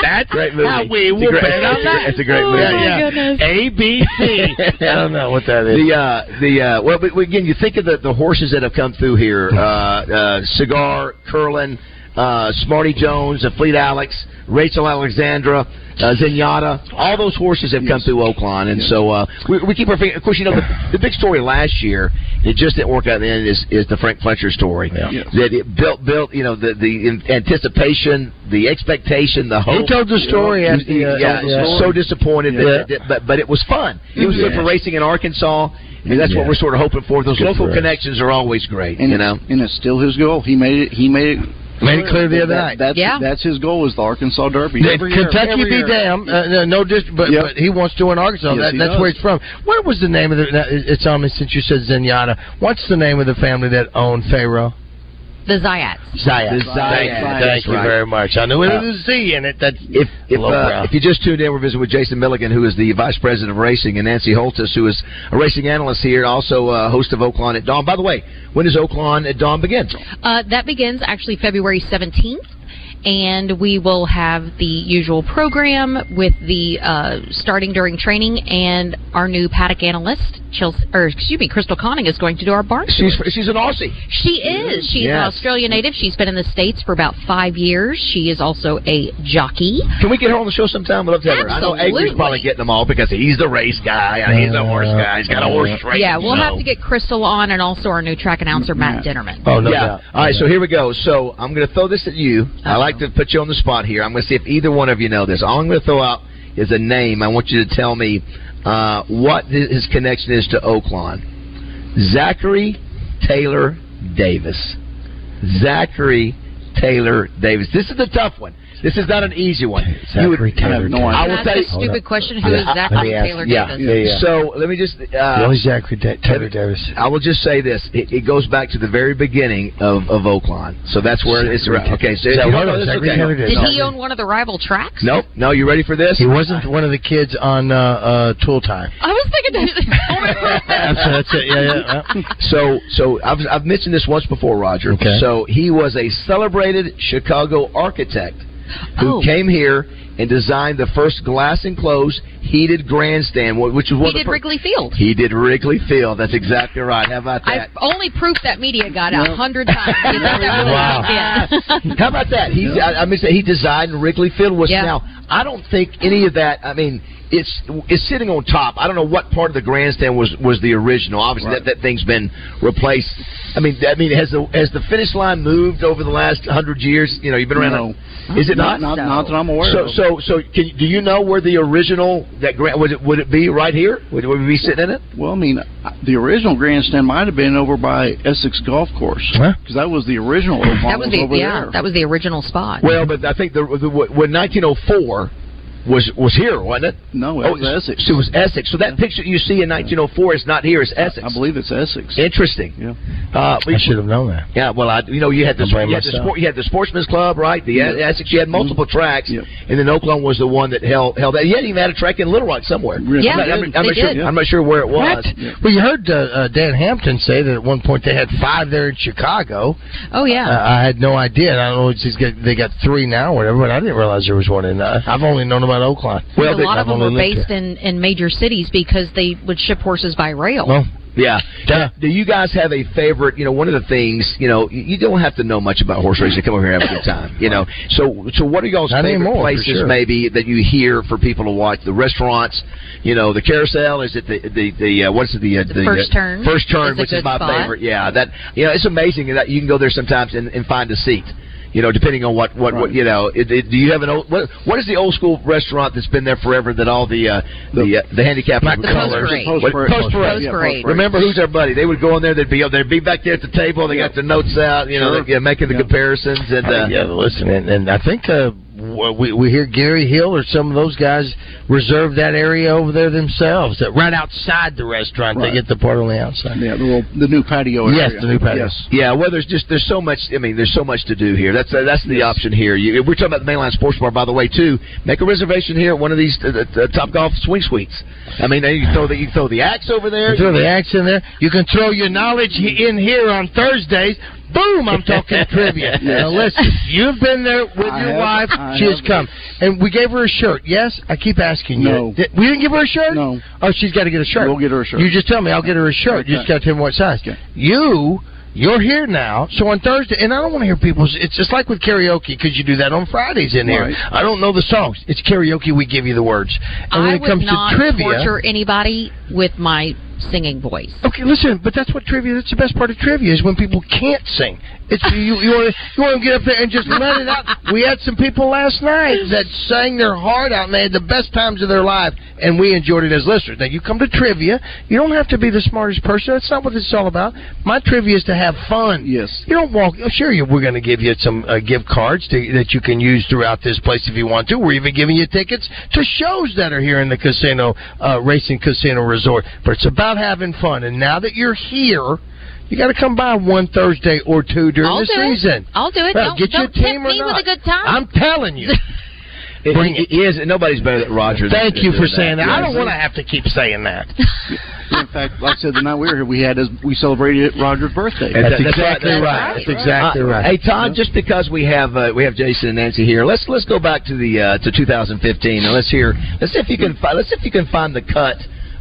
[SPEAKER 2] That's great movie.
[SPEAKER 3] how we
[SPEAKER 2] It's a
[SPEAKER 3] will
[SPEAKER 2] great-
[SPEAKER 3] bet on
[SPEAKER 2] it's a-
[SPEAKER 3] that.
[SPEAKER 2] It's a great
[SPEAKER 4] Oh,
[SPEAKER 2] movie.
[SPEAKER 4] my goodness.
[SPEAKER 3] A B C. I
[SPEAKER 2] Um,
[SPEAKER 3] don't know what that is.
[SPEAKER 2] The uh, the uh, well, but again, you think of the, the horses that have come through here. Uh, uh, Cigar, Curlin, uh, Smarty Jones, uh, Fleet Alex, Rachel Alexandra, uh, Zenyatta. All those horses have come through Oakland, and so uh, we, we keep our finger. Of course, you know the, the big story last year it just didn't work out. in the end is, is the Frank Fletcher story
[SPEAKER 3] Yes.
[SPEAKER 2] that it built built you know the the in- anticipation, the expectation, the hope.
[SPEAKER 3] told the story
[SPEAKER 2] Yeah,
[SPEAKER 3] at the, uh,
[SPEAKER 2] yeah,
[SPEAKER 3] told the
[SPEAKER 2] yeah,
[SPEAKER 3] story.
[SPEAKER 2] so disappointed,
[SPEAKER 3] Yeah.
[SPEAKER 2] that, that- but but it was fun. It was good for
[SPEAKER 5] Yeah.
[SPEAKER 2] racing in Arkansas. And that's what
[SPEAKER 5] Yeah.
[SPEAKER 2] we're sort of hoping for. Those
[SPEAKER 5] Good
[SPEAKER 2] local
[SPEAKER 5] for us.
[SPEAKER 2] connections are always great.
[SPEAKER 5] And
[SPEAKER 2] you
[SPEAKER 5] it-
[SPEAKER 2] know,
[SPEAKER 5] and it's still his goal. He made it. He made it.
[SPEAKER 2] Made it clear the other
[SPEAKER 5] That-
[SPEAKER 2] night.
[SPEAKER 5] That's,
[SPEAKER 3] Yeah.
[SPEAKER 5] that's his goal is the Arkansas Derby.
[SPEAKER 3] Did Kentucky be damn. Uh, no, no district, but,
[SPEAKER 5] Yep.
[SPEAKER 3] but he wants to win Arkansas.
[SPEAKER 5] Yes,
[SPEAKER 3] that,
[SPEAKER 5] he
[SPEAKER 3] that's
[SPEAKER 5] does.
[SPEAKER 3] where he's from. What was the name of the? now, it- It's on me since you said Zenyatta. What's the name of the family that owned Pharaoh?
[SPEAKER 4] The Zayats.
[SPEAKER 3] Zayat.
[SPEAKER 2] The Zayats.
[SPEAKER 3] Thank
[SPEAKER 2] That's
[SPEAKER 3] you
[SPEAKER 2] right. Uh,
[SPEAKER 3] very much. I knew it was a Z in it. That's if
[SPEAKER 2] If, uh, if you just tuned in, we're visiting with Jason Milligan, who is the Vice President of Racing, and Nancy Holtis, who is a racing analyst here, and also uh, host of Oaklawn at Dawn. By the way, when does Oaklawn at Dawn begin?
[SPEAKER 4] Uh, that begins actually February 17th, and we will have the usual program with the uh, starting during training, and our new paddock analyst, Chelsea, or excuse me, Crystal Conning is going to do our barn.
[SPEAKER 2] She's she's an Aussie.
[SPEAKER 4] She oh is. She's an
[SPEAKER 2] Yes.
[SPEAKER 4] Australian native. She's been in the states for about five years. She is also a jockey.
[SPEAKER 2] Can we get her on the show sometime? We'd love to have her. I know Avery's
[SPEAKER 4] Absolutely.
[SPEAKER 2] probably getting them all because he's the race guy and he's a horse guy. He's got a horse race.
[SPEAKER 4] yeah, we'll have to get Crystal on, and also our new track announcer, Matt Dinnerman.
[SPEAKER 2] Oh, no doubt. All right, so here we go. So I'm going to throw this at you. I like to put you on the spot here. I'm going to see if either one of you know this. All I'm going to throw out is a name. I want you to tell me uh, what th- his connection is to Oaklawn. Zachary Taylor Davis. Zachary Taylor Davis. This is the tough one. This is not an easy one. You would-
[SPEAKER 3] Zachary Taylor I have no Davis.
[SPEAKER 2] I will
[SPEAKER 4] That's
[SPEAKER 2] tell
[SPEAKER 4] a
[SPEAKER 2] you.
[SPEAKER 4] stupid question. Who is
[SPEAKER 2] Yeah, let
[SPEAKER 4] Zachary
[SPEAKER 2] me ask-
[SPEAKER 4] Taylor
[SPEAKER 2] yeah,
[SPEAKER 4] Davis?
[SPEAKER 2] yeah, yeah. So let me just. Uh,
[SPEAKER 3] the only Zachary Da- Taylor Davis.
[SPEAKER 2] I will just say this: it, it goes back to the very beginning of of Oakland, so that's where it's around. Okay, so
[SPEAKER 3] Is that
[SPEAKER 2] you
[SPEAKER 3] one
[SPEAKER 2] know
[SPEAKER 3] of
[SPEAKER 2] this?
[SPEAKER 3] them?
[SPEAKER 2] Okay.
[SPEAKER 3] Secretary
[SPEAKER 4] Did he own one of the rival tracks?
[SPEAKER 2] Nope. No, you ready for this?
[SPEAKER 3] He wasn't one of the kids on uh, uh, Tool Time.
[SPEAKER 4] I was thinking.
[SPEAKER 3] that's, that's it. Yeah, yeah. yeah.
[SPEAKER 2] So, so I've, I've mentioned this once before, Roger.
[SPEAKER 3] Okay.
[SPEAKER 2] So he was a celebrated Chicago architect who
[SPEAKER 4] Oh.
[SPEAKER 2] came here and designed the first glass enclosed heated grandstand, wh- which was one
[SPEAKER 4] He
[SPEAKER 2] of the
[SPEAKER 4] did
[SPEAKER 2] fir-
[SPEAKER 4] Wrigley Field.
[SPEAKER 2] He did Wrigley Field. That's exactly right. How about that?
[SPEAKER 4] I've only proof that media got a hundred times. You think that really
[SPEAKER 2] Wow.
[SPEAKER 4] helped him?
[SPEAKER 2] How about that? He's, I, I mean, he designed Wrigley Field was
[SPEAKER 4] Yeah.
[SPEAKER 2] now. I don't think any of that. I mean, it's it's sitting on top. I don't know what part of the grandstand was was the original. Obviously, that, that thing's been replaced. I mean, I mean, has the has the finish line moved over the last hundred years? You know, you've been around.
[SPEAKER 5] No.
[SPEAKER 2] a- Is it
[SPEAKER 5] Not,
[SPEAKER 2] not?
[SPEAKER 5] not, not that I'm aware
[SPEAKER 2] So
[SPEAKER 5] of.
[SPEAKER 2] so so, can, you- do you know where the original that grant would it would it be right here? Would, would we be sitting in it?
[SPEAKER 5] Well, I mean, I- the original grandstand might have been over by Essex Golf Course
[SPEAKER 3] Huh?
[SPEAKER 5] because that was the original. Oakland
[SPEAKER 4] That was the
[SPEAKER 5] over
[SPEAKER 4] yeah.
[SPEAKER 5] there.
[SPEAKER 4] That was the original spot.
[SPEAKER 2] Well, but I think the, the when 1904 was was here, wasn't it?
[SPEAKER 5] no, it was
[SPEAKER 2] it's-
[SPEAKER 5] Essex.
[SPEAKER 2] So it was Essex. So that picture you see in 1904 is not here. It's Essex.
[SPEAKER 5] I believe it's Essex.
[SPEAKER 2] Interesting.
[SPEAKER 5] Yeah.
[SPEAKER 2] Uh,
[SPEAKER 3] I
[SPEAKER 2] we-
[SPEAKER 3] should have known that.
[SPEAKER 2] yeah. Well, I, you know, you had the
[SPEAKER 3] I blame
[SPEAKER 2] you had
[SPEAKER 3] myself.
[SPEAKER 2] the, sport, you had the Sportsman's Club, right? The
[SPEAKER 5] Yeah. Mm-hmm.
[SPEAKER 2] Essex. You had multiple tracks,
[SPEAKER 5] Yeah.
[SPEAKER 2] and then Oakland was the one that held held that. You had even had a track in Little Rock somewhere.
[SPEAKER 5] Really?
[SPEAKER 4] Yeah,
[SPEAKER 2] I'm not, I'm not- I'm
[SPEAKER 4] they
[SPEAKER 2] not sure.
[SPEAKER 4] did.
[SPEAKER 2] I'm not sure where it was.
[SPEAKER 3] Well, you heard uh, uh, Dan Hampton say that at one point they had five there in Chicago.
[SPEAKER 4] oh yeah.
[SPEAKER 3] Uh, I had no idea. I don't know. It's, he's got, they got three now, or whatever. But I didn't realize there was one in. Uh, I've only known about Oakland.
[SPEAKER 2] Well,
[SPEAKER 4] a lot of
[SPEAKER 3] I've
[SPEAKER 4] them were
[SPEAKER 3] only lived
[SPEAKER 4] based in, in major cities because they would ship horses by rail.
[SPEAKER 3] Well,
[SPEAKER 2] Yeah.
[SPEAKER 3] Yeah.
[SPEAKER 2] Do you guys have a favorite? You know, one of the things you know, you you don't have to know much about horse racing to come over here and have a good time. You know, so so what are y'all's
[SPEAKER 3] Not
[SPEAKER 2] favorite
[SPEAKER 3] anymore, for
[SPEAKER 2] places
[SPEAKER 3] sure.
[SPEAKER 2] maybe that you hear for people to watch? The restaurants, you know, the carousel. Is it the the, the uh, what's it, the, uh, the,
[SPEAKER 4] First
[SPEAKER 2] uh,
[SPEAKER 4] Turn
[SPEAKER 2] First turn,
[SPEAKER 4] is a
[SPEAKER 2] which is
[SPEAKER 4] good
[SPEAKER 2] my
[SPEAKER 4] spot.
[SPEAKER 2] favorite. Yeah, that you know, it's amazing that you can go there sometimes and, and find a seat. You know, depending on what what, what you know, it, it, do you have an old what, what is the old school restaurant that's been there forever that all the uh, the uh, the handicap
[SPEAKER 4] The Post Parade.
[SPEAKER 2] What- Post Parade.
[SPEAKER 4] Post
[SPEAKER 5] yeah,
[SPEAKER 4] Parade.
[SPEAKER 2] Remember who's our buddy? They would go in there. They'd be they'd be back there at the table. They got the notes out. You know,
[SPEAKER 5] Sure.
[SPEAKER 2] they'd, yeah, making the
[SPEAKER 5] Yeah.
[SPEAKER 2] comparisons and
[SPEAKER 3] uh,
[SPEAKER 2] uh,
[SPEAKER 3] yeah, listen, and, and I think uh, w- we we hear Gary Hill or some of those guys reserve that area over there themselves. That right outside the restaurant,
[SPEAKER 5] Right.
[SPEAKER 3] they get the part on the outside.
[SPEAKER 5] Yeah, the, little, the new patio.
[SPEAKER 3] Yes,
[SPEAKER 5] area.
[SPEAKER 3] the new patio.
[SPEAKER 5] Yes.
[SPEAKER 2] yeah. Well, there's just there's so much. I mean, there's so much to do here. That's uh, that's the option here. You, we're talking about the mainline sports bar, by the way, too. Make a reservation here at one of these uh, uh, Top Golf swing suites. I mean, you can throw the you can throw the axe over there.
[SPEAKER 3] You throw the axe in there. You can throw your knowledge he- in here on Thursdays. Boom! I'm talking trivia. Now listen, you've been there with
[SPEAKER 5] I
[SPEAKER 3] your
[SPEAKER 5] have-
[SPEAKER 3] wife.
[SPEAKER 5] I
[SPEAKER 3] she has
[SPEAKER 5] have.
[SPEAKER 3] come, and we gave her a shirt. Yes, I keep asking
[SPEAKER 5] No.
[SPEAKER 3] you. Did- We didn't give her a shirt.
[SPEAKER 5] No.
[SPEAKER 3] Oh, she's got to get a shirt.
[SPEAKER 5] We'll get her a shirt.
[SPEAKER 3] You just tell me. I'll get her a shirt. You just
[SPEAKER 5] Okay.
[SPEAKER 3] got to tell me what size.
[SPEAKER 5] Okay.
[SPEAKER 3] You You're here now, so on Thursday, and I don't want to hear people. It's just like with karaoke because you do that on Fridays in
[SPEAKER 4] Right.
[SPEAKER 3] here. I don't know the songs. It's karaoke. We give you the words, and when
[SPEAKER 4] I
[SPEAKER 3] it
[SPEAKER 4] would
[SPEAKER 3] comes
[SPEAKER 4] not
[SPEAKER 3] to trivia,
[SPEAKER 4] torture anybody with my singing voice.
[SPEAKER 3] Okay, listen, but that's what trivia. That's the best part of trivia is when people can't sing. It's you. You want to you want to get up there and just let it out. We had some people last night that sang their heart out and they had the best times of their life, and we enjoyed it as listeners. Now you come to trivia. You don't have to be the smartest person. That's not what this is all about. My trivia is to have fun. Yes. You don't walk. Sure, you, we're going to give you some uh, gift cards to, that you can use throughout this place if you want to. We're even giving you tickets to shows that are here in the casino, uh, racing casino resort. But it's about having fun. And now that you're here, you got to come by one Thursday or two during
[SPEAKER 4] I'll
[SPEAKER 3] the
[SPEAKER 4] do it.
[SPEAKER 3] season.
[SPEAKER 4] I'll do it.
[SPEAKER 3] Well,
[SPEAKER 4] don't
[SPEAKER 3] get you a
[SPEAKER 4] don't tempt
[SPEAKER 3] team or
[SPEAKER 4] me
[SPEAKER 3] not.
[SPEAKER 4] with a good time.
[SPEAKER 3] I'm telling you. Bring
[SPEAKER 2] He, he is. Nobody's better than Roger.
[SPEAKER 3] Thank you for saying that. I don't want to
[SPEAKER 2] to.
[SPEAKER 3] have to keep saying that.
[SPEAKER 5] In fact, like I said, the night we were here, we had his, we celebrated Roger's birthday.
[SPEAKER 2] That's That's exactly right. right.
[SPEAKER 3] That's exactly right.
[SPEAKER 2] Hey Todd, just because we have uh, we have Jason and Nancy here, let's let's go back to the uh, to 2015 and let's hear let's see if you can fi- let's see if you can find the cut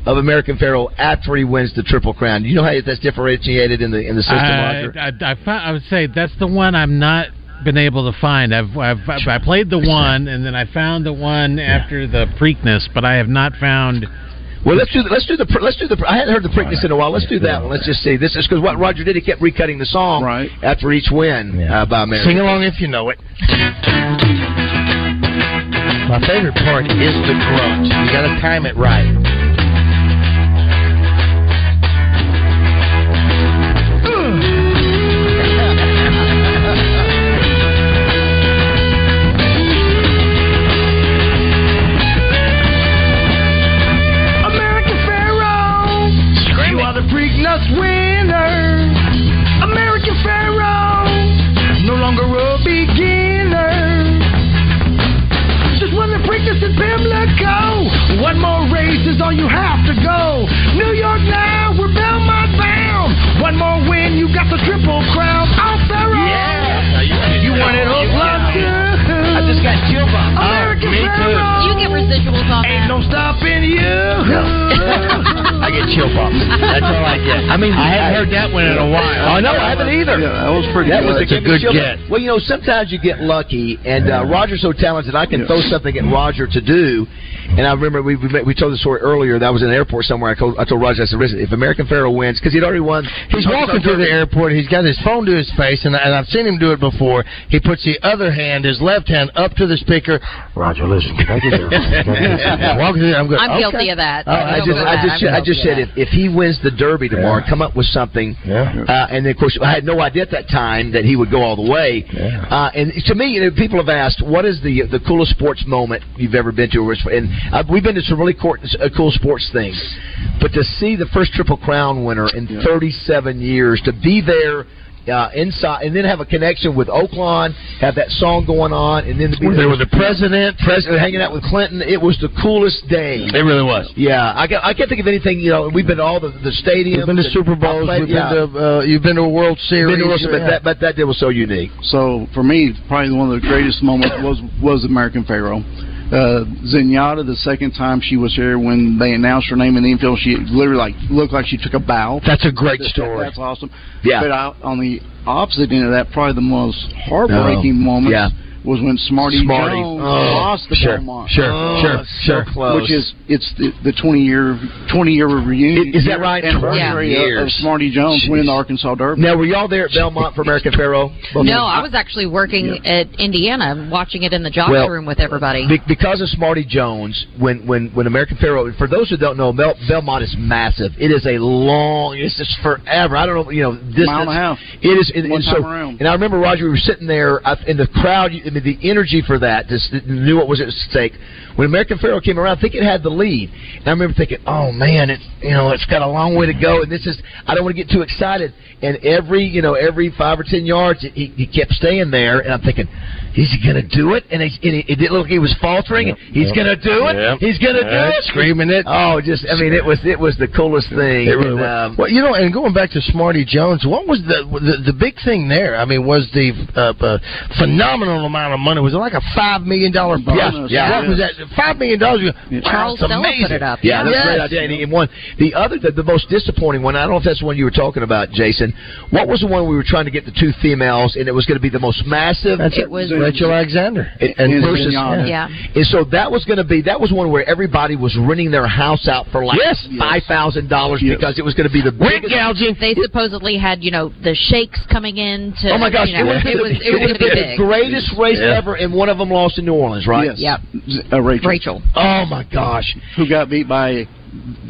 [SPEAKER 2] of American Pharaoh after he wins the Triple Crown. You know how that's differentiated in the in the system,
[SPEAKER 6] I,
[SPEAKER 2] Roger.
[SPEAKER 6] I, I, fi- I would say that's the one I'm not been able to find. I've, I've, I've I played the one and then I found the one after the Preakness, but I have not found.
[SPEAKER 2] Well, let's do the, let's do the let's do the. I hadn't heard the Preakness in a while. Let's do that one. Let's just see. This is because what Roger did, he kept recutting the song right. after each win uh, by American.
[SPEAKER 3] Sing along if you know it. My favorite part is the grunt. You got to time it right.
[SPEAKER 7] American Pharaoh. You are the Preakness winner. American Pharaoh. No longer a beginner. Just won the Preakness in Pimlico. One more race is all you have to go. New York now, we're Belmont bound. One more win, you got the triple crown. Oh, Pharaoh. Yeah. You won it all, I just got chill American Pharaoh.
[SPEAKER 4] You get residuals on that.
[SPEAKER 7] Ain't no stopping you.
[SPEAKER 2] I get chill bumps. That's all I get. I mean,
[SPEAKER 7] I haven't heard
[SPEAKER 2] that
[SPEAKER 7] one in a while.
[SPEAKER 2] Oh no, I haven't either.
[SPEAKER 5] Yeah, that was pretty
[SPEAKER 2] That
[SPEAKER 5] good.
[SPEAKER 2] was
[SPEAKER 5] That's a
[SPEAKER 2] give me
[SPEAKER 5] good
[SPEAKER 2] chill
[SPEAKER 5] guess.
[SPEAKER 2] bumps. Well, you know, sometimes you get lucky, and uh, Roger's so talented, I can throw something at Roger to do. And I remember we we, met- we told the story earlier. That I was in an airport somewhere. I told, I told Roger, I said, "Listen, if American Pharaoh wins, because he'd already won,
[SPEAKER 3] He's walking through the airport. He's got his phone to his face, and, and I've seen him do it before. He puts the other hand, his left hand, up to the speaker. Roger, listen. Can I get your- Walking through, I'm going.
[SPEAKER 4] I'm guilty of that.
[SPEAKER 2] Uh, I
[SPEAKER 4] I'm
[SPEAKER 2] just,
[SPEAKER 4] guilty of
[SPEAKER 2] I
[SPEAKER 4] that.
[SPEAKER 2] just,
[SPEAKER 4] I'm
[SPEAKER 2] I just
[SPEAKER 4] guilty of
[SPEAKER 2] said if, if he wins the Derby tomorrow, come up with something. Uh, and then, of course, I had no idea at that time that he would go all the way. Uh, and to me, you know, people have asked, "What is the the coolest sports moment you've ever been to?" And uh, we've been to some really cool, uh, cool sports things, but to see the first Triple Crown winner in 37 years, to be there. Uh, inside, and then have a connection with Oakland, have that song going on, and then to be
[SPEAKER 3] Were they with the president?
[SPEAKER 2] president hanging out with Clinton. It was the coolest day.
[SPEAKER 3] It really was.
[SPEAKER 2] Yeah, I can't, I can't think of anything. You know, we've been to all the the stadiums.
[SPEAKER 3] We've been to
[SPEAKER 2] and-
[SPEAKER 3] Super Bowls.
[SPEAKER 2] I played-
[SPEAKER 3] we've
[SPEAKER 2] yeah.
[SPEAKER 3] been to, uh, you've been to a World Series.
[SPEAKER 2] Been to Wilson, but that but that deal was so unique.
[SPEAKER 5] So for me, probably one of the greatest moments was was American Pharaoh. Uh, Zenyatta, the second time she was here, when they announced her name in the infield, she literally like looked like she took a bow.
[SPEAKER 3] That's a great
[SPEAKER 5] That-
[SPEAKER 3] story.
[SPEAKER 5] That's awesome.
[SPEAKER 3] Yeah.
[SPEAKER 5] But I, on the opposite end of that, probably the most heartbreaking
[SPEAKER 2] Oh,
[SPEAKER 5] moment
[SPEAKER 2] yeah.
[SPEAKER 5] was when Smarty,
[SPEAKER 2] Smarty.
[SPEAKER 5] Jones
[SPEAKER 2] Oh,
[SPEAKER 5] lost the
[SPEAKER 2] sure,
[SPEAKER 5] Belmont.
[SPEAKER 2] sure, Oh, sure, so sure. close.
[SPEAKER 5] Which is it's the, the twenty year twenty year reunion.
[SPEAKER 2] Is- is that right?
[SPEAKER 5] Anniversary
[SPEAKER 2] 20
[SPEAKER 5] of, of
[SPEAKER 2] years.
[SPEAKER 5] Smarty Jones winning the Arkansas Derby.
[SPEAKER 2] Now, were y'all there at Belmont for American Pharaoh?
[SPEAKER 4] that. No, I was actually working at Indiana, watching it in the jocks
[SPEAKER 2] Well,
[SPEAKER 4] room with everybody.
[SPEAKER 2] Be- because of Smarty Jones, when when when American Pharaoh, for those who don't know, Bel- Belmont is massive. It is a long, it's just forever. I don't know, you know, distance.
[SPEAKER 5] Mile and a half.
[SPEAKER 2] It is, and,
[SPEAKER 5] One
[SPEAKER 2] and
[SPEAKER 5] time
[SPEAKER 2] so,
[SPEAKER 5] around.
[SPEAKER 2] and I remember Roger, we were sitting there I, in the crowd. you- I mean, the energy for that, just knew what was at stake. When American Pharaoh came around, I think it had the lead, and I remember thinking, oh man, it's you know, it's got a long way to go, and this is, I don't want to get too excited. And every you know, every five or ten yards, he, he kept staying there, and I'm thinking, is he going to do it? And, it, and it, it didn't look like he was faltering. He's
[SPEAKER 3] Yep.
[SPEAKER 2] going to do it.
[SPEAKER 3] Yep.
[SPEAKER 2] He's going to do
[SPEAKER 3] Yep.
[SPEAKER 2] it.
[SPEAKER 3] Screaming it.
[SPEAKER 2] Oh, just I mean, it was it was the coolest thing.
[SPEAKER 3] It really
[SPEAKER 2] And,
[SPEAKER 3] was.
[SPEAKER 2] um,
[SPEAKER 3] well, you know, and going back to Smarty Jones, what was the the, the big thing there? I mean, was the uh, uh, phenomenal amount amount of money. Was it like a five million dollar bonus?
[SPEAKER 2] yeah.
[SPEAKER 3] What was that? Five million dollars. you go, wow,
[SPEAKER 4] Charles
[SPEAKER 3] that's
[SPEAKER 4] Della put
[SPEAKER 3] amazing.
[SPEAKER 4] it up.
[SPEAKER 2] Yeah, that's
[SPEAKER 3] Yes.
[SPEAKER 2] a great idea. And, and one, the other, the, the most disappointing one. I don't know if that's the one you were talking about, Jason. What was the one we were trying to get the two females, and it was going to be the most massive?
[SPEAKER 3] That's
[SPEAKER 4] It
[SPEAKER 3] it.
[SPEAKER 4] was-
[SPEAKER 3] Rachel Alexander
[SPEAKER 2] And- and versus-
[SPEAKER 5] Rihanna.
[SPEAKER 4] Yeah.
[SPEAKER 2] And so that was going to be that was one where everybody was renting their house out for like
[SPEAKER 3] Yes.
[SPEAKER 2] five thousand dollars
[SPEAKER 5] Yes.
[SPEAKER 2] because it was going to be the
[SPEAKER 3] Rent
[SPEAKER 2] biggest.
[SPEAKER 3] gouging.
[SPEAKER 4] They supposedly had, you know, the shakes coming in to.
[SPEAKER 2] Oh my gosh!
[SPEAKER 4] you know,
[SPEAKER 2] it,
[SPEAKER 4] it was it was
[SPEAKER 2] would
[SPEAKER 4] going to
[SPEAKER 2] have
[SPEAKER 4] be
[SPEAKER 2] been
[SPEAKER 4] big.
[SPEAKER 2] the greatest race
[SPEAKER 3] Yeah.
[SPEAKER 2] ever, and one of them lost in New Orleans, right?
[SPEAKER 5] Yes.
[SPEAKER 4] Yep.
[SPEAKER 5] Z- uh, Rachel,
[SPEAKER 4] Rachel.
[SPEAKER 2] Oh my gosh!
[SPEAKER 5] who got beat by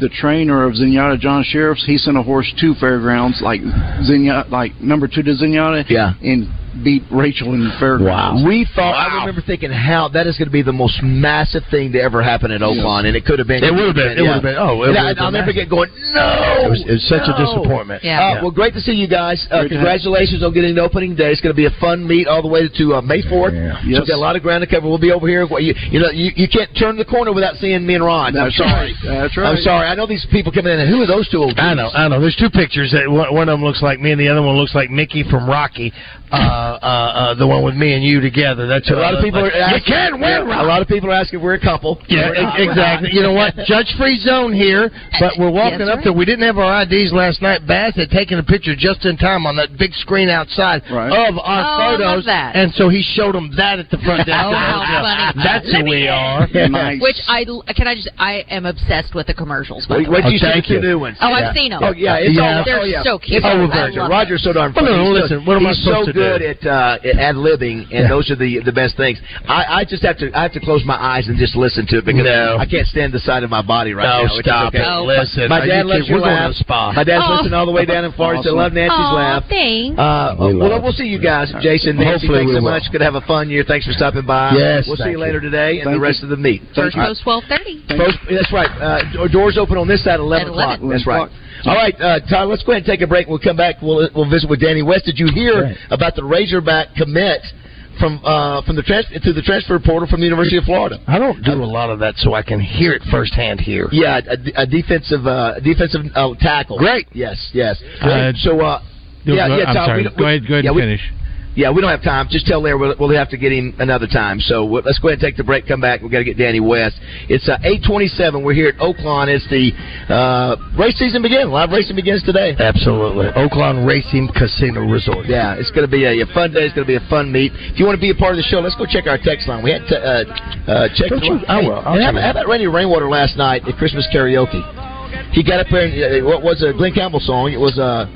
[SPEAKER 5] the trainer of Zenyatta John Sheriffs. He sent a horse to fairgrounds, like Zenyatta, like number two to Zenyatta,
[SPEAKER 2] Yeah.
[SPEAKER 5] and beat Rachel in fairgrounds.
[SPEAKER 2] We thought I remember thinking how that is going to be the most massive thing to ever happen at Oakland, and it could have been.
[SPEAKER 3] It would have been. It would have been. Oh, it
[SPEAKER 2] And I,
[SPEAKER 3] would have
[SPEAKER 2] I'll
[SPEAKER 3] been.
[SPEAKER 2] never get going. No,
[SPEAKER 3] It was, it was such a
[SPEAKER 2] no."
[SPEAKER 3] disappointment.
[SPEAKER 4] Yeah.
[SPEAKER 2] Uh, Well, great to see you guys.
[SPEAKER 5] Great
[SPEAKER 2] Uh,
[SPEAKER 5] to have-
[SPEAKER 2] congratulations on getting the opening day. It's going to be a fun meet all the way to uh, May 4th. So
[SPEAKER 5] Yes.
[SPEAKER 2] we've got a lot of ground to cover. We'll be over here. Well, You, you know, you, you can't turn the corner without seeing me and Ron. I'm
[SPEAKER 5] That's
[SPEAKER 2] sorry.
[SPEAKER 5] right. That's right.
[SPEAKER 2] I'm sorry. I know these people coming in. And who are those two old
[SPEAKER 3] I
[SPEAKER 2] dudes?
[SPEAKER 3] know, I know. There's two pictures. That one, one of them looks like me, and the other one looks like Mickey from Rocky. Uh, uh, uh, the one with me and you together. That's
[SPEAKER 2] A
[SPEAKER 3] what I
[SPEAKER 2] lot of
[SPEAKER 3] look
[SPEAKER 2] people are
[SPEAKER 3] Uh, like.
[SPEAKER 2] asking,
[SPEAKER 3] You can win.
[SPEAKER 2] Yeah,
[SPEAKER 3] Rocky.
[SPEAKER 2] A lot of people are asking if we're a couple.
[SPEAKER 3] Yeah,
[SPEAKER 2] We're not.
[SPEAKER 3] e- exactly. You know what? Judge free zone here, but we're walking
[SPEAKER 4] That's
[SPEAKER 3] up
[SPEAKER 4] right.
[SPEAKER 3] there. We didn't have our IDs last night. Bass had taken a picture just in time on that big screen outside
[SPEAKER 5] Right.
[SPEAKER 3] of
[SPEAKER 4] Oh, I
[SPEAKER 3] our
[SPEAKER 4] love
[SPEAKER 3] photos,
[SPEAKER 4] that.
[SPEAKER 3] and so he showed them that at the front desk.
[SPEAKER 4] Oh, how funny.
[SPEAKER 3] That's
[SPEAKER 4] Let
[SPEAKER 3] who
[SPEAKER 4] me
[SPEAKER 3] we
[SPEAKER 4] in.
[SPEAKER 3] are.
[SPEAKER 5] Nice.
[SPEAKER 4] Which I can I just I am obsessed with the commercials. By
[SPEAKER 2] Wait,
[SPEAKER 4] the way.
[SPEAKER 2] wait till you
[SPEAKER 3] Oh,
[SPEAKER 2] see
[SPEAKER 3] thank
[SPEAKER 2] the
[SPEAKER 3] you.
[SPEAKER 2] two new ones.
[SPEAKER 4] Oh, I've seen them.
[SPEAKER 2] Oh yeah, it's
[SPEAKER 3] Yeah.
[SPEAKER 2] all,
[SPEAKER 4] They're
[SPEAKER 2] oh, yeah.
[SPEAKER 4] so cute.
[SPEAKER 2] It's all
[SPEAKER 4] I
[SPEAKER 2] very good.
[SPEAKER 4] love
[SPEAKER 2] Roger's so darn
[SPEAKER 3] Well,
[SPEAKER 2] funny.
[SPEAKER 3] no,
[SPEAKER 2] He's
[SPEAKER 3] listen,
[SPEAKER 2] so-
[SPEAKER 3] what am I
[SPEAKER 2] he's
[SPEAKER 3] supposed
[SPEAKER 2] so
[SPEAKER 3] to do?
[SPEAKER 2] good at uh, at ad libbing, and
[SPEAKER 3] Yeah.
[SPEAKER 2] those are the the best things. I, I just have to I have to close my eyes and just listen to it because
[SPEAKER 3] No.
[SPEAKER 2] I can't stand the sight of my body right now.
[SPEAKER 3] No,
[SPEAKER 2] which is
[SPEAKER 3] stop
[SPEAKER 2] okay.
[SPEAKER 3] it.
[SPEAKER 4] Oh.
[SPEAKER 3] Listen,
[SPEAKER 2] My
[SPEAKER 3] are
[SPEAKER 2] dad
[SPEAKER 3] you
[SPEAKER 2] left
[SPEAKER 3] kidding? we're
[SPEAKER 2] your
[SPEAKER 3] going
[SPEAKER 2] lap.
[SPEAKER 3] to the spa.
[SPEAKER 2] My dad's
[SPEAKER 4] Oh.
[SPEAKER 2] listening all the way down in Florida. Awesome.
[SPEAKER 5] Awesome.
[SPEAKER 2] love Nancy's
[SPEAKER 4] Aw,
[SPEAKER 2] laugh.
[SPEAKER 4] thanks.
[SPEAKER 2] Uh,
[SPEAKER 3] We love
[SPEAKER 2] well,
[SPEAKER 3] it.
[SPEAKER 2] we'll see you guys, Jason. Nancy,
[SPEAKER 3] Hopefully
[SPEAKER 2] thanks
[SPEAKER 3] we
[SPEAKER 2] so
[SPEAKER 3] will.
[SPEAKER 2] much. Good to have a fun year. Thanks for stopping by.
[SPEAKER 3] Yes,
[SPEAKER 2] we'll see
[SPEAKER 3] thank
[SPEAKER 2] you
[SPEAKER 3] you.
[SPEAKER 2] later today and
[SPEAKER 5] Thank you.
[SPEAKER 2] the rest of the meet.
[SPEAKER 4] First post twelve thirty.
[SPEAKER 2] Folks, that's right. Uh, do- doors open on this side at 11
[SPEAKER 4] At
[SPEAKER 2] o'clock.
[SPEAKER 4] 11.
[SPEAKER 2] That's right. All right, uh, Todd, let's go ahead and take a break. We'll come back. We'll, we'll visit with Danny West. Did you hear
[SPEAKER 3] Right.
[SPEAKER 2] about the Razorback commit from uh, from the trans- to the transfer portal from the University of Florida?
[SPEAKER 3] I don't do a lot of that, so I can hear it firsthand here.
[SPEAKER 2] Yeah, a, a defensive uh, defensive uh, tackle.
[SPEAKER 3] Great.
[SPEAKER 2] Yes, yes.
[SPEAKER 6] Uh,
[SPEAKER 2] so, uh, yeah, yeah,
[SPEAKER 6] I'm
[SPEAKER 2] Todd,
[SPEAKER 6] sorry.
[SPEAKER 2] we don't-
[SPEAKER 6] go ahead, go ahead
[SPEAKER 2] yeah,
[SPEAKER 6] and
[SPEAKER 2] we-
[SPEAKER 6] finish.
[SPEAKER 2] Yeah, we don't have time. Just tell Larry we'll, we'll have to get him another time. So we let's go ahead and take the break. Come back. We've got to get Danny West. It's uh, eight twenty-seven. We're here at Oakland. It's the uh, race season begins. Live racing begins today.
[SPEAKER 3] Absolutely. Oakland Racing Casino Resort.
[SPEAKER 2] Yeah, it's going to be a, a fun day. It's going to be a fun meet. If you want to be a part of the show, let's go check our text line. We had to uh, uh, check.
[SPEAKER 3] Don't you- I will. I'll
[SPEAKER 2] Hey, how,
[SPEAKER 3] check it
[SPEAKER 2] about- how
[SPEAKER 3] out.
[SPEAKER 2] about Randy Rainwater last night at Christmas karaoke? He got up there and uh, what was a Glenn Campbell song? It was uh,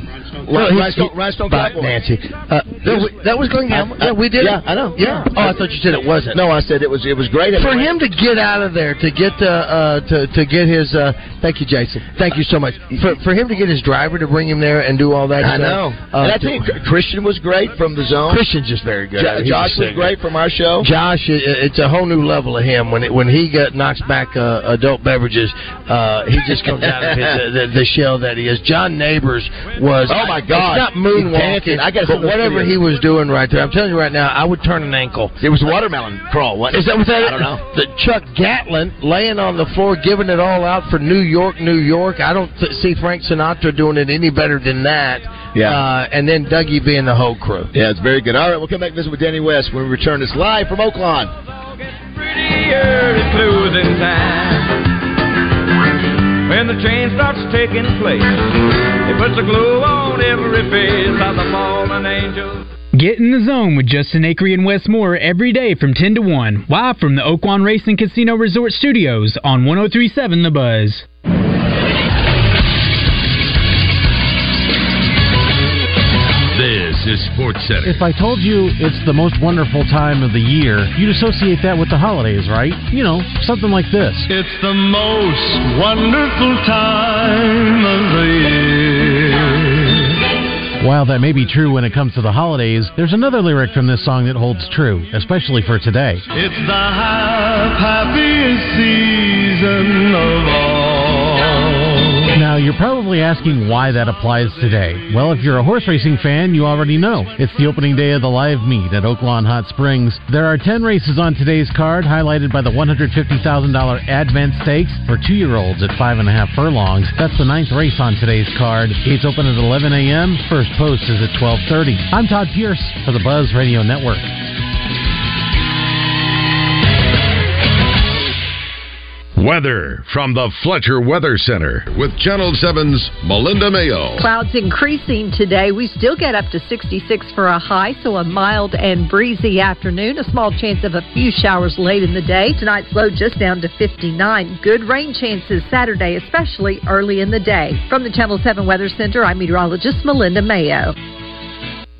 [SPEAKER 3] Well, he-
[SPEAKER 2] Rhinestone,
[SPEAKER 3] he-
[SPEAKER 2] Rhinestone
[SPEAKER 3] Bye,
[SPEAKER 2] Cowboy.
[SPEAKER 3] Nancy. Uh, that, was, that was Glenn Gamble.
[SPEAKER 2] I- I-
[SPEAKER 3] yeah, we did.
[SPEAKER 2] yeah,
[SPEAKER 3] it.
[SPEAKER 2] I know.
[SPEAKER 3] Yeah. Oh, I thought you said it wasn't.
[SPEAKER 2] No, I said it was it was great.
[SPEAKER 3] For him to get out of there, to get uh, uh, to to get his uh, thank you, Jason. Thank you so much for for him to get his driver to bring him there and do all that.
[SPEAKER 2] I
[SPEAKER 3] stuff,
[SPEAKER 2] know.
[SPEAKER 3] uh,
[SPEAKER 2] and I
[SPEAKER 3] to-
[SPEAKER 2] think Christian was great from the zone.
[SPEAKER 3] Christian's just very good. I
[SPEAKER 2] Jo-
[SPEAKER 3] mean, he's
[SPEAKER 2] Josh
[SPEAKER 3] just
[SPEAKER 2] was
[SPEAKER 3] so good.
[SPEAKER 2] great from our show.
[SPEAKER 3] Josh, it, it's a whole new level of him. When it, when he got, knocks back uh, adult beverages, uh, he just comes out of his, uh, the, the shell that he is. John Neighbors was
[SPEAKER 2] Oh, my
[SPEAKER 3] it's
[SPEAKER 2] God.
[SPEAKER 3] not
[SPEAKER 2] He's dancing.
[SPEAKER 3] moonwalking.
[SPEAKER 2] I gotta see
[SPEAKER 3] but
[SPEAKER 2] those
[SPEAKER 3] whatever
[SPEAKER 2] videos.
[SPEAKER 3] he was doing right there, I'm telling you right now, I would turn an ankle.
[SPEAKER 2] It was a watermelon crawl. What
[SPEAKER 3] Is that what that is?
[SPEAKER 2] I don't know.
[SPEAKER 3] The Chuck Gatlin laying on the floor, giving it all out for New York, New York. I don't th- see Frank Sinatra doing it any better than that.
[SPEAKER 2] Yeah.
[SPEAKER 3] Uh, and then Dougie being the whole crew.
[SPEAKER 2] Yeah, it's very good. All right, we'll come back and visit with Danny West when we return. It's live from Oakland.
[SPEAKER 7] prettier at closing time. When the train starts taking place, it puts a glow on every face of the fallen angels.
[SPEAKER 8] Get in the zone with Justin Acree and Wes Moore every day from 10 to 1, live from the Oakwan Racing Casino Resort Studios on 1037 The Buzz.
[SPEAKER 1] This is Sports Center.
[SPEAKER 6] If I told you it's the most wonderful time of the year, you'd associate that with the holidays, right? You know, something like this.
[SPEAKER 1] It's the most wonderful time of the year.
[SPEAKER 6] While that may be true when it comes to the holidays, there's another lyric from this song that holds true, especially for today.
[SPEAKER 1] It's the hap- happiest season of all.
[SPEAKER 6] Now, you're probably asking why that applies today. Well, if you're a horse racing fan, you already know. It's the opening day of the live meet at Oaklawn Hot Springs. There are 10 races on today's card, highlighted by the $150,000 Advent Stakes for two year olds at five and a half furlongs. That's the ninth race on today's card. Gates open at 11 a.m., first post is at 12.30. I'm Todd Pierce for the Buzz Radio Network.
[SPEAKER 1] Weather from the Fletcher Weather Center with Channel 7's Melinda Mayo.
[SPEAKER 9] Clouds increasing today. We still get up to 66 for a high, so a mild and breezy afternoon. A small chance of a few showers late in the day. Tonight's low just down to 59. Good rain chances Saturday, especially early in the day. From the Channel 7 Weather Center, I'm meteorologist Melinda Mayo.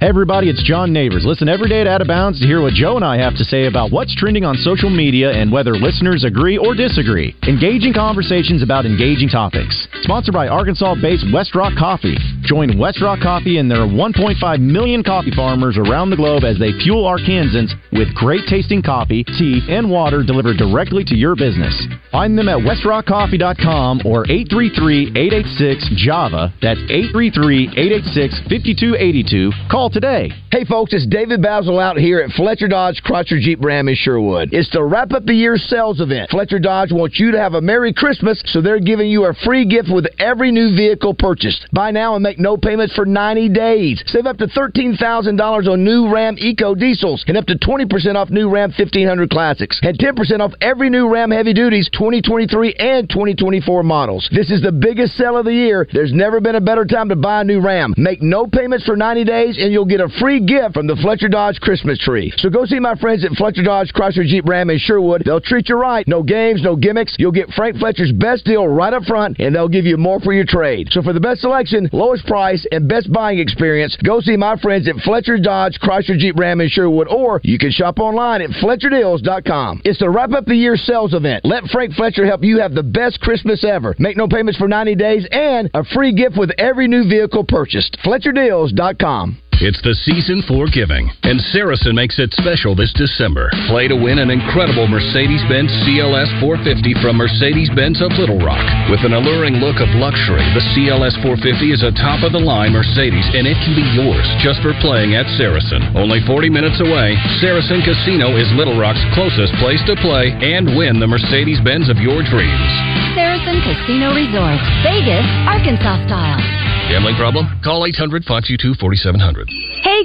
[SPEAKER 10] Hey everybody, it's John Neighbors. Listen every day at Out of Bounds to hear what Joe and I have to say about what's trending on social media and whether listeners agree or disagree. Engaging conversations about engaging topics. Sponsored by Arkansas-based West Rock Coffee. Join West Rock Coffee and their 1.5 million coffee farmers around the globe as they fuel Arkansans with great tasting coffee, tea, and water delivered directly to your business. Find them at westrockcoffee.com or 833-886-JAVA. That's 833-886-5282. Call today.
[SPEAKER 11] Hey folks, it's David Basil out here at Fletcher Dodge Chrysler Jeep Ram in Sherwood. It's the wrap up the year sales event. Fletcher Dodge wants you to have a Merry Christmas, so they're giving you a free gift with every new vehicle purchased. Buy now and make no payments for 90 days. Save up to $13,000 on new Ram Eco Diesels and up to 20% off new Ram 1500 Classics and 10% off every new Ram Heavy Duties 2023 and 2024 models. This is the biggest sale of the year. There's never been a better time to buy a new Ram. Make no payments for 90 days and you'll get a free gift from the Fletcher Dodge Christmas tree. So go see my friends at Fletcher Dodge Chrysler Jeep Ram in Sherwood. They'll treat you right. No games, no gimmicks. You'll get Frank Fletcher's best deal right up front, and they'll give you more for your trade. So for the best selection, lowest price, and best buying experience, go see my friends at Fletcher Dodge Chrysler Jeep Ram in Sherwood, or you can shop online at FletcherDeals.com. It's the wrap up the year sales event. Let Frank Fletcher help you have the best Christmas ever. Make no payments for 90 days and a free gift with every new vehicle purchased. FletcherDeals.com.
[SPEAKER 12] It's the season for giving, and Saracen makes it special this December. Play to win an incredible Mercedes Benz CLS 450 from Mercedes Benz of Little Rock. With an alluring look of luxury, the CLS 450 is a top of the line Mercedes, and it can be yours just for playing at Saracen. Only 40 minutes away, Saracen Casino is Little Rock's closest place to play and win the Mercedes Benz of your dreams.
[SPEAKER 13] Saracen Casino Resort, Vegas, Arkansas style.
[SPEAKER 12] Gambling problem? Call 800 522 4700.
[SPEAKER 14] Hey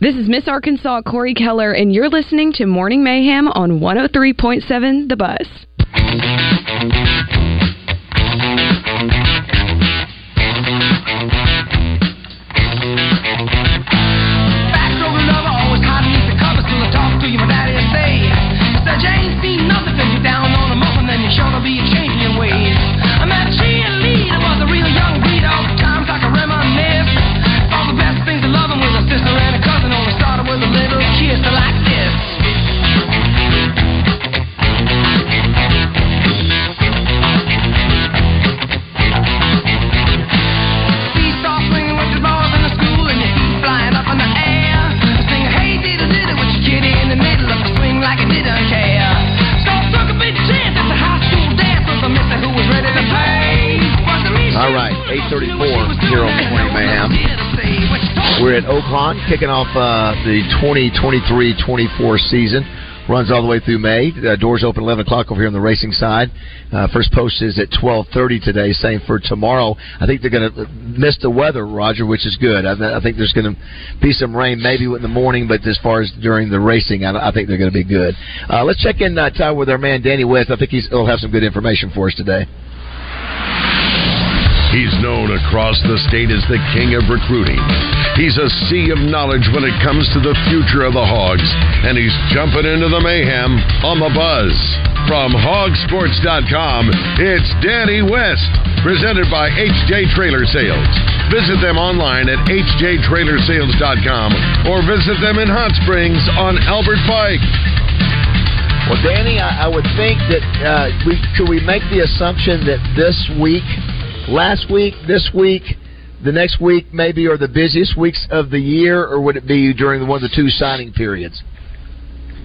[SPEAKER 15] This is Miss Arkansas Corey Keller, and you're listening to Morning Mayhem on 103.7 The Bus.
[SPEAKER 7] Back road lover, always hiding beneath the covers till I talk to you. My daddy will say, "Said you ain't seen nothing 'cause you down on the muffin, then you sure to be changing your ways." I met a cheerleader, was a real young breed. All the times I can reminisce. All the best things of loving with a sister and a cousin. Only started with a little kiss like this. Seesaw swinging with the balls in the school and your feet flying up in the air. Sing hey diddle diddle with your kid in the middle of a swing like it didn't care. So I took a big chance at the high school dance with a mister who was ready to play. Wasn't me, she
[SPEAKER 2] All right, 834 here on Morning Mayhem. We're at Oakland, kicking off uh, the 2023-24 season. Runs all the way through May. Uh, doors open 11 o'clock over here on the racing side. Uh, first post is at 12:30 today. Same for tomorrow. I think they're going to miss the weather, Roger, which is good. I, I think there's going to be some rain maybe in the morning, but as far as during the racing, I, I think they're going to be good. Uh, let's check in uh, time with our man Danny West. I think he's, he'll have some good information for us today.
[SPEAKER 1] He's known across the state as the king of recruiting. He's a sea of knowledge when it comes to the future of the Hogs, and he's jumping into the mayhem on the buzz. From hogsports.com, it's Danny West, presented by HJ Trailer Sales. Visit them online at hjtrailersales.com or visit them in Hot Springs on Albert Pike.
[SPEAKER 2] Well, Danny, I, I would think that uh, we could we make the assumption that this week, last week, this week, the next week maybe are the busiest weeks of the year, or would it be during one of the two signing periods?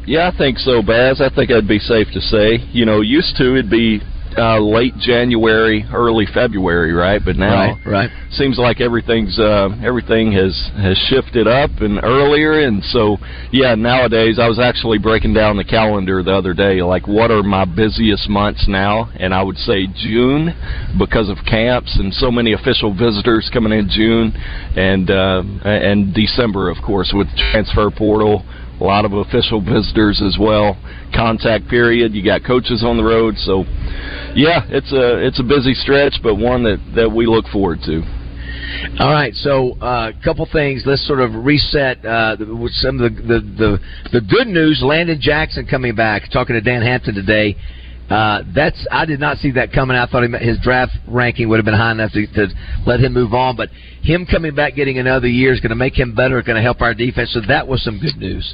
[SPEAKER 16] Yeah, I think so, Baz. I think that'd be safe to say. You know, used to it'd be uh, late January, early February, right? But now,
[SPEAKER 2] Right, right.
[SPEAKER 16] seems like everything's uh, everything has has shifted up and earlier, and so yeah. Nowadays, I was actually breaking down the calendar the other day, like what are my busiest months now, and I would say June because of camps and so many official visitors coming in June, and uh, and December, of course, with transfer portal. A lot of official visitors as well. Contact period. You got coaches on the road, so yeah, it's a it's a busy stretch, but one that that we look forward to.
[SPEAKER 2] All right, so a uh, couple things. Let's sort of reset uh, the- with some of the, the the the good news. Landon Jackson coming back. Talking to Dan Hampton today. Uh, that's I did not see that coming. I thought he, his draft ranking would have been high enough to, to let him move on, but him coming back, getting another year, is going to make him better. Going to help our defense. So that was some good news.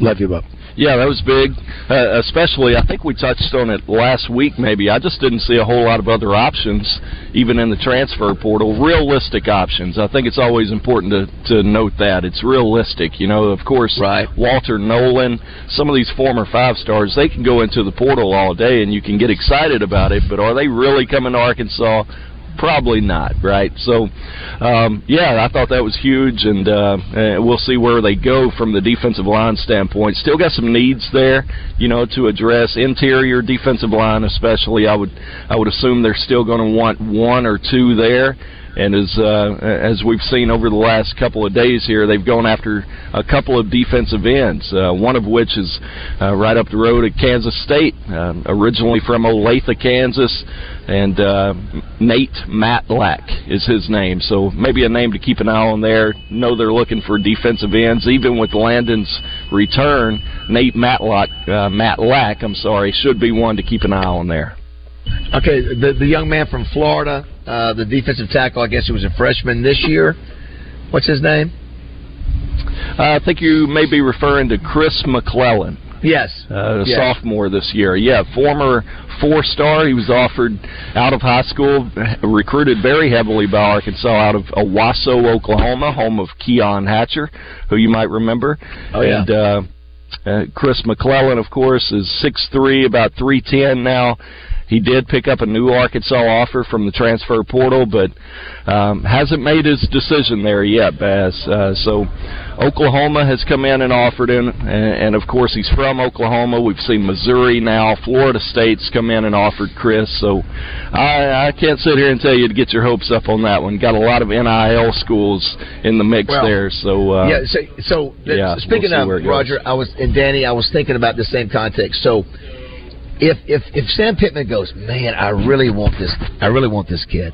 [SPEAKER 2] Love you, Bob.
[SPEAKER 16] Yeah, that was big. Uh, especially, I think we touched on it last week. Maybe I just didn't see a whole lot of other options, even in the transfer portal. Realistic options. I think it's always important to to note that it's realistic. You know, of course, right. Walter Nolan, some of these former five stars, they can go into the portal all day, and you can get excited about it. But are they really coming to Arkansas? Probably not, right? So, um, yeah, I thought that was huge, and uh, uh, we'll see where they go from the defensive line standpoint. Still got some needs there, you know, to address interior defensive line, especially. I would, I would assume they're still going to want one or two there. And as uh, as we've seen over the last couple of days here, they've gone after a couple of defensive ends. Uh, one of which is uh, right up the road at Kansas State, um, originally from Olathe, Kansas, and uh, Nate Matlack is his name. So maybe a name to keep an eye on there. Know they're looking for defensive ends, even with Landon's return. Nate Matlock, uh, Matlack, I'm sorry, should be one to keep an eye on there.
[SPEAKER 2] Okay, the the young man from Florida, uh, the defensive tackle. I guess he was a freshman this year. What's his name?
[SPEAKER 16] Uh, I think you may be referring to Chris McClellan.
[SPEAKER 2] Yes.
[SPEAKER 16] Uh,
[SPEAKER 2] Yes.
[SPEAKER 16] Sophomore this year. Yeah, former four star. He was offered out of high school, recruited very heavily by Arkansas out of Owasso, Oklahoma, home of Keon Hatcher, who you might remember.
[SPEAKER 2] Oh, yeah.
[SPEAKER 16] And, uh, uh, Chris McClellan, of course, is six three, about 310 now. He did pick up a new Arkansas offer from the transfer portal, but um, hasn't made his decision there yet, Bass. Uh, so Oklahoma has come in and offered him, and, and of course he's from Oklahoma. We've seen Missouri now. Florida State's come in and offered Chris. So I, I can't sit here and tell you to get your hopes up on that one. Got a lot of NIL schools in the mix
[SPEAKER 2] Well,
[SPEAKER 16] there. So uh,
[SPEAKER 2] yeah. So, so th-
[SPEAKER 16] yeah, we'll
[SPEAKER 2] speaking
[SPEAKER 16] see where it
[SPEAKER 2] of
[SPEAKER 16] goes.
[SPEAKER 2] Roger, I was and Danny, I was thinking about the same context. So, if if if Sam Pittman goes, man, I really want this. I really want this kid,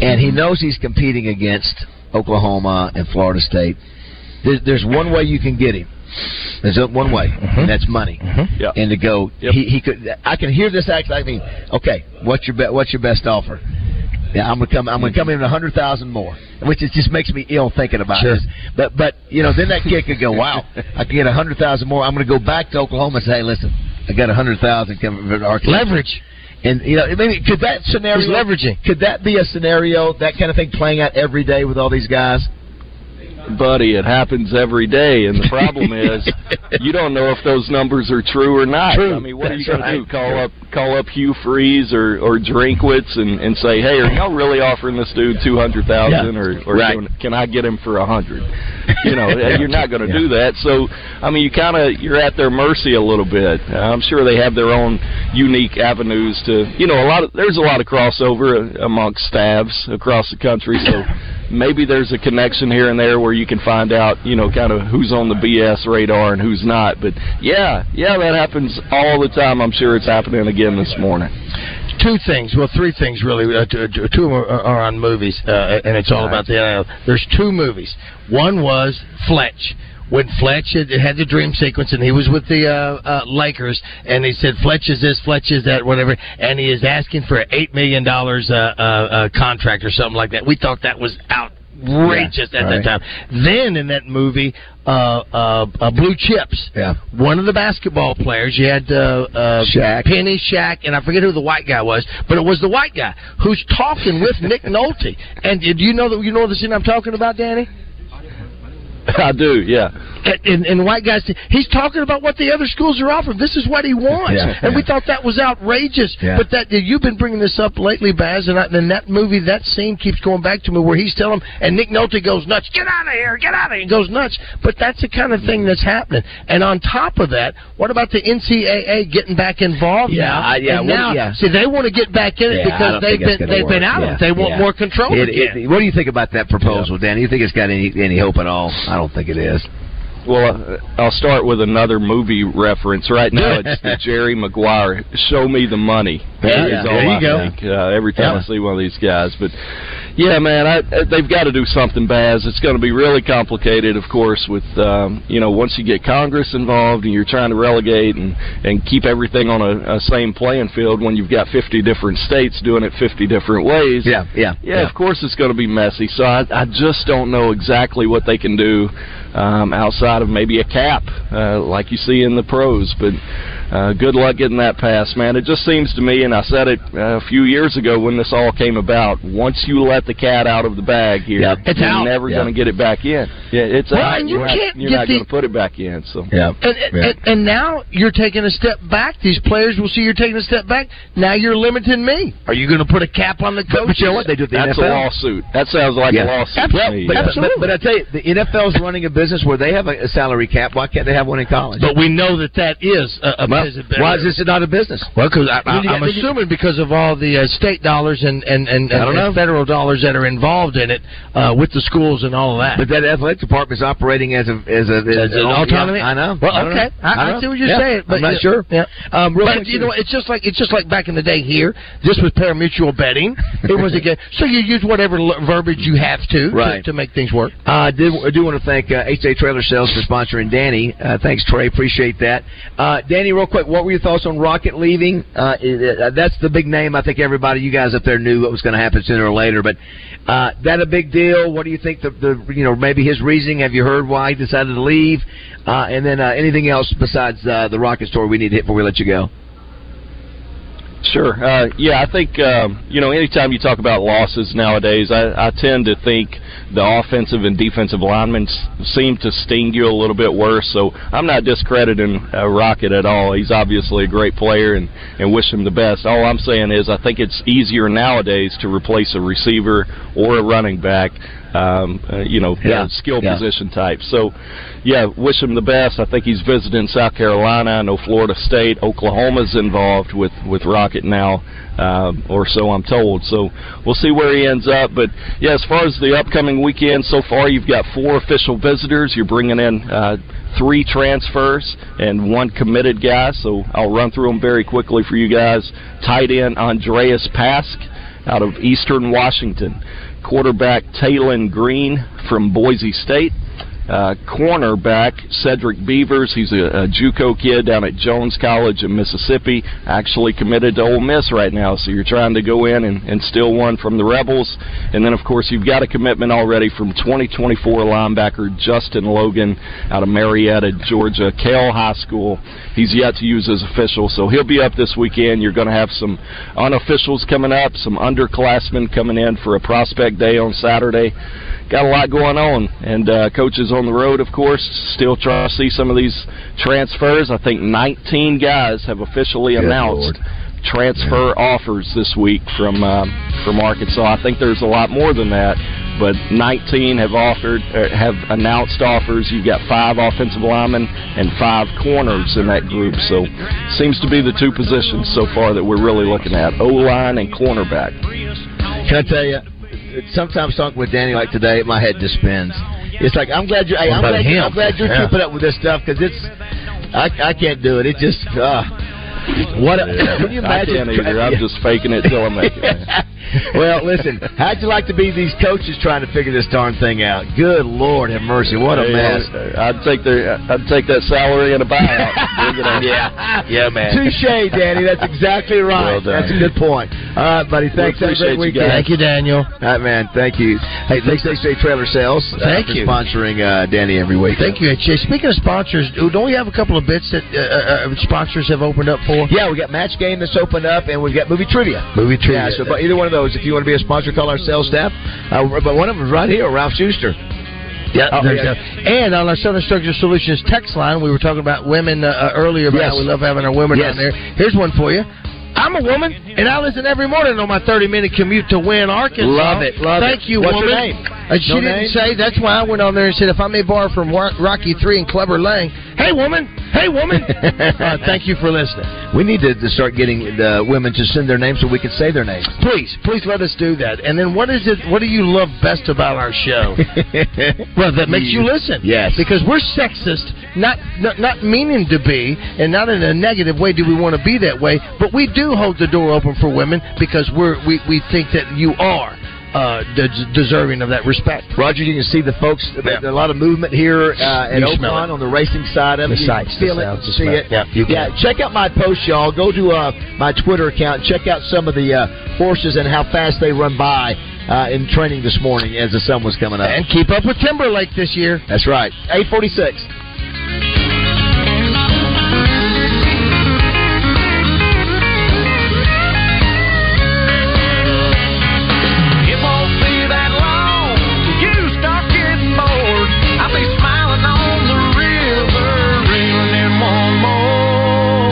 [SPEAKER 2] and he knows he's competing against Oklahoma and Florida State. There's, there's one way you can get him. There's one way, and that's money. And to go, he, he could. I can hear this act. I mean, okay, what's your be, what's your best offer? Yeah, I'm gonna come. I'm gonna come in a hundred thousand more, which is, just makes me ill thinking about
[SPEAKER 3] Sure.
[SPEAKER 2] this. But but you know, then that kid could go, wow, I can get a hundred thousand more. I'm gonna go back to Oklahoma and say, hey, listen, I got a hundred thousand coming from Arkansas.
[SPEAKER 3] Leverage.
[SPEAKER 2] And you know, maybe could that scenario
[SPEAKER 3] He's leveraging.
[SPEAKER 2] Could that be a scenario that kind of thing playing out every day with all these guys?
[SPEAKER 16] buddy, it happens every day, and the problem is you don't know if those numbers are true or not.
[SPEAKER 2] True.
[SPEAKER 16] I mean, what are you
[SPEAKER 2] That's
[SPEAKER 16] going
[SPEAKER 2] right.
[SPEAKER 16] to do? Call up, call up Hugh Freeze or or Drinkwitz and and say, hey, are y'all really offering this dude two hundred thousand,
[SPEAKER 2] Yeah.
[SPEAKER 16] or or
[SPEAKER 2] Right.
[SPEAKER 16] can, can I get him for a hundred? You know, uh, you're not going to do that. So, I mean, you kind of you're at their mercy a little bit. I'm sure they have their own unique avenues to, you know, a lot of there's a lot of crossover amongst staffs across the country. So maybe there's a connection here and there where you can find out, you know, kind of who's on the BS radar and who's not. But yeah, yeah, that happens all the time. I'm sure it's happening again this morning.
[SPEAKER 3] Two things, well, three things really. Uh, two, two of them are, are on movies, uh, and it's all about the NIL. There's two movies. One was Fletch. When Fletch had, had the dream sequence, and he was with the uh, uh, Lakers, and he said, "Fletch is this, Fletch is that, whatever," and he is asking for an eight million dollars uh, uh, uh, contract or something like that. We thought that was outrageous
[SPEAKER 2] Yeah,
[SPEAKER 3] at
[SPEAKER 2] right.
[SPEAKER 3] that time. Then in that movie, uh, uh, uh, blue chips. Yeah. One of the basketball players, you had uh, uh,
[SPEAKER 2] Shaq.
[SPEAKER 3] Penny Shaq, and I forget who the white guy was, but it was the white guy who's talking with Nick Nolte. And do you know that you know the scene I'm talking about, Danny?
[SPEAKER 16] I do, yeah.
[SPEAKER 3] And, and the white guys, he's talking about what the other schools are offering. This is what he wants,
[SPEAKER 16] Yeah,
[SPEAKER 3] and we thought that was outrageous.
[SPEAKER 16] Yeah.
[SPEAKER 3] But that you've been bringing this up lately, Baz, and, I, and that movie, that scene keeps going back to me where he's telling, him, and Nick Nolte goes nuts. Get out of here! Get out of here! Goes nuts. But that's the kind of thing that's happening. And on top of that, what about the NCAA getting back involved
[SPEAKER 2] Yeah,
[SPEAKER 3] now?
[SPEAKER 2] I- yeah,
[SPEAKER 3] And
[SPEAKER 2] what-
[SPEAKER 3] now,
[SPEAKER 2] yeah.
[SPEAKER 3] see, they want to get back in it
[SPEAKER 2] Yeah, I
[SPEAKER 3] because
[SPEAKER 2] don't
[SPEAKER 3] they've
[SPEAKER 2] think it's
[SPEAKER 3] been
[SPEAKER 2] gonna
[SPEAKER 3] they've been
[SPEAKER 2] work.
[SPEAKER 3] out of it.
[SPEAKER 2] Yeah,
[SPEAKER 3] They want
[SPEAKER 2] yeah.
[SPEAKER 3] more control.
[SPEAKER 2] It-
[SPEAKER 3] again.
[SPEAKER 2] it- what do you think about that proposal, Dan? You think it's got any any hope at all? I don't think it is.
[SPEAKER 16] Well, uh, I'll start with another movie reference. Right now, it's the Jerry Maguire "Show Me the Money."
[SPEAKER 2] Yeah,
[SPEAKER 16] is all
[SPEAKER 2] there you
[SPEAKER 16] I
[SPEAKER 2] go.
[SPEAKER 16] think, uh, every time
[SPEAKER 2] Yeah.
[SPEAKER 16] I see one of these guys, but yeah, man, I, I- they've got to do something, Baz. It's going to be really complicated, of course, with um, you know once you get Congress involved and you're trying to relegate and and keep everything on a, a same playing field when you've got 50 different states doing it 50 different ways.
[SPEAKER 2] Yeah, yeah,
[SPEAKER 16] yeah. Of course, it's going to be messy. So I, I just don't know exactly what they can do um, outside of maybe a cap, uh, like you see in the pros. But uh, good luck getting that passed, man. It just seems to me, and I said it uh, a few years ago when this all came about. Once you let the cat out of the bag here,
[SPEAKER 2] Yep, it's
[SPEAKER 16] you're
[SPEAKER 2] out.
[SPEAKER 16] never
[SPEAKER 2] Yep.
[SPEAKER 16] going to get it back in. Yeah, it's
[SPEAKER 3] Well,
[SPEAKER 16] out.
[SPEAKER 3] and you
[SPEAKER 16] are not,
[SPEAKER 3] can't
[SPEAKER 16] you're
[SPEAKER 3] get
[SPEAKER 16] not
[SPEAKER 3] the-
[SPEAKER 16] going to put it back in. So
[SPEAKER 2] yeah.
[SPEAKER 3] And, and, and, and now you're taking a step back. These players will see you're taking a step back. Now you're limiting me. Are you going to put a cap on the coach?
[SPEAKER 2] But you know what they do at the
[SPEAKER 16] That's
[SPEAKER 2] NFL?
[SPEAKER 16] a lawsuit. That sounds like a lawsuit. to me.
[SPEAKER 2] But, but, but, but I tell you, the NFL's running a business where they have a, a salary cap. Why can't they have one in college?
[SPEAKER 3] But we know that that is a, a
[SPEAKER 2] Well,
[SPEAKER 3] business.
[SPEAKER 2] why is this not a business?
[SPEAKER 3] Well, because I'm
[SPEAKER 2] Did you-
[SPEAKER 3] assuming because of all the uh, state dollars and and and,
[SPEAKER 2] I
[SPEAKER 3] and
[SPEAKER 2] don't know.
[SPEAKER 3] federal dollars that are involved in it uh, with the schools and all of that.
[SPEAKER 2] But that athletic department's operating as a as, a,
[SPEAKER 3] As an autonomy?
[SPEAKER 2] Yeah, I know.
[SPEAKER 3] Well,
[SPEAKER 2] I don't
[SPEAKER 3] okay.
[SPEAKER 2] know.
[SPEAKER 3] I- I
[SPEAKER 2] don't
[SPEAKER 3] see
[SPEAKER 2] know.
[SPEAKER 3] what you're
[SPEAKER 2] Yeah.
[SPEAKER 3] saying, but
[SPEAKER 2] I'm not
[SPEAKER 3] you-
[SPEAKER 2] sure.
[SPEAKER 3] Yeah. Um,
[SPEAKER 2] real
[SPEAKER 3] but
[SPEAKER 2] quick,
[SPEAKER 3] you know, it's just like it's just like back in the day here. This was paramutual betting. It was again, so you use whatever l- verbiage you have to
[SPEAKER 2] Right.
[SPEAKER 3] to, to make things work.
[SPEAKER 2] Uh, I did, I do want to thank uh, HA Trailer Sales for sponsoring Danny. Uh, thanks, Trey. Appreciate that. Uh, Danny, real quick, what were your thoughts on Rocket leaving? Uh, it- uh, that's the big name. I think everybody, you guys up there, knew what was going to happen sooner or later. But uh, that a big deal? What do you think? The, the you know maybe his reasoning. Have you heard why he decided to leave? Uh, and then uh, anything else besides uh, the Rocket story we need to hit before we let you go?
[SPEAKER 16] Sure. Uh, yeah, I think um, you know. Anytime you talk about losses nowadays, I, I tend to think the offensive and defensive linemen s- seem to sting you a little bit worse. So I'm not discrediting uh, Rocket at all. He's obviously a great player, and and wish him the best. All I'm saying is I think it's easier nowadays to replace a receiver or a running back. Um, uh, you know,
[SPEAKER 2] Yeah,
[SPEAKER 16] uh, skill
[SPEAKER 2] yeah.
[SPEAKER 16] position type. So, yeah, wish him the best. I think he's visiting South Carolina. I know Florida State, Oklahoma's involved with with Rocket now, um, or so I'm told. So we'll see where he ends up. But yeah, as far as the upcoming weekend, so far you've got four official visitors. You're bringing in. Uh, Three transfers and one committed guy, so I'll run through them very quickly for you guys. Tight end Andreas Pask out of Eastern Washington, quarterback Taylon Green from Boise State, uh, cornerback Cedric Beavers. He's a, a JUCO kid down at Jones College in Mississippi. Actually committed to Ole Miss right now, so you're trying to go in and, and steal one from the Rebels. And then, of course, you've got a commitment already from 2024 linebacker Justin Logan out of Marietta, Georgia, Kell High School. He's yet to use his official, so he'll be up this weekend. You're going to have some unofficials coming up, some underclassmen coming in for a prospect day on Saturday got a lot going on, and uh, coaches on the road, of course, still trying to see some of these transfers. I think 19 guys have officially
[SPEAKER 2] Good
[SPEAKER 16] announced
[SPEAKER 2] Lord.
[SPEAKER 16] transfer offers this week from um, from Arkansas. I think there's a lot more than that, but 19 have offered uh, have announced offers. You've got five offensive linemen and five corners in that group, so seems to be the two positions so far that we're really looking at: O line and cornerback.
[SPEAKER 2] Can I tell you? Sometimes talking with Danny like today, my head just spins. It's like I'm glad you're. Hey,
[SPEAKER 3] What
[SPEAKER 2] I'm,
[SPEAKER 3] about
[SPEAKER 2] glad
[SPEAKER 3] him?
[SPEAKER 2] I'm glad you're
[SPEAKER 3] Yeah.
[SPEAKER 2] keeping up with this stuff because it's. I, I can't do it. It just. Uh, what? A, can you
[SPEAKER 16] I
[SPEAKER 2] imagine?
[SPEAKER 16] can't either. I'm just faking it till I make it. man.
[SPEAKER 2] Well, listen, how'd you like to be these coaches trying to figure this darn thing out? Good Lord have mercy, what a
[SPEAKER 16] Hey,
[SPEAKER 2] mess.
[SPEAKER 16] I'd take the I'd take that salary and a buyout. Bring it on.
[SPEAKER 2] Yeah.
[SPEAKER 16] yeah, man.
[SPEAKER 2] Touche, Danny. That's exactly right.
[SPEAKER 16] Well done.
[SPEAKER 2] That's a good point. All right, buddy. Thanks. Have a
[SPEAKER 16] appreciate
[SPEAKER 2] great
[SPEAKER 16] you
[SPEAKER 2] weekend.
[SPEAKER 16] guys. Thank you,
[SPEAKER 2] Daniel. All right, man. Thank you. Hey, thanks, HJ Trailer Sales. uh,
[SPEAKER 3] Thank
[SPEAKER 2] for
[SPEAKER 3] you.
[SPEAKER 2] sponsoring uh, Danny every week.
[SPEAKER 3] Thank you, HJ. Speaking of sponsors, don't we have a couple of bits that uh, uh, sponsors have opened up for?
[SPEAKER 2] Yeah, we got match game that's opened up, and we've got movie trivia.
[SPEAKER 3] Movie trivia.
[SPEAKER 2] Yeah, so but either one of those, if you want to be a sponsor, call our sales staff. Uh, but one of them is right here, Ralph Schuster.
[SPEAKER 3] Yeah,
[SPEAKER 2] Oh,
[SPEAKER 3] there's
[SPEAKER 2] yeah.
[SPEAKER 3] that. And on our Southern Structure Solutions text line, we were talking about women uh, uh, earlier. About
[SPEAKER 2] Yes.
[SPEAKER 3] how we love having our women
[SPEAKER 2] Yes.
[SPEAKER 3] on there. Here's one for you. I'm a woman, and I listen every morning on my 30 minute commute to Wynn, Arkansas.
[SPEAKER 2] Love it, love
[SPEAKER 3] Thank
[SPEAKER 2] it.
[SPEAKER 3] you,
[SPEAKER 2] What's
[SPEAKER 3] woman.
[SPEAKER 2] her name?
[SPEAKER 3] And Uh, she
[SPEAKER 2] No
[SPEAKER 3] didn't
[SPEAKER 2] name?
[SPEAKER 3] say. That's why I went on there and said, if I may borrow from Wa- Rocky Three and Clever Lang, hey woman, hey woman. uh, thank you for listening.
[SPEAKER 2] We need to, to start getting the women to send their names so we can say their names.
[SPEAKER 3] Please, please let us do that. And then, what is it? What do you love best about our show? well, that makes you listen.
[SPEAKER 2] Yes.
[SPEAKER 3] because we're sexist, not, not not meaning to be, and not in a negative way. Do we want to be that way? But we do hold the door open for women because we're we, we think that you are uh, de- deserving of that respect.
[SPEAKER 2] Roger, you can see the folks. There's a lot of movement here uh, at
[SPEAKER 3] You
[SPEAKER 2] Oakmont
[SPEAKER 3] smell it.
[SPEAKER 2] on the racing side of
[SPEAKER 3] The
[SPEAKER 2] it. You
[SPEAKER 3] sights, the
[SPEAKER 2] can feel
[SPEAKER 3] sounds,
[SPEAKER 2] it,
[SPEAKER 3] the
[SPEAKER 2] see
[SPEAKER 3] smell.
[SPEAKER 2] it.
[SPEAKER 3] Yeah, you
[SPEAKER 2] yeah.
[SPEAKER 3] can.
[SPEAKER 2] Check out my post, y'all. Go to uh, my Twitter account. Check out some of the uh, horses and how fast they run by uh, in training this morning as the sun was coming up.
[SPEAKER 3] And keep up with Timberlake this year.
[SPEAKER 2] That's right. Eight forty-six.
[SPEAKER 7] It won't be that long till you start getting bored. I'll be smiling on the river, reeling in one more.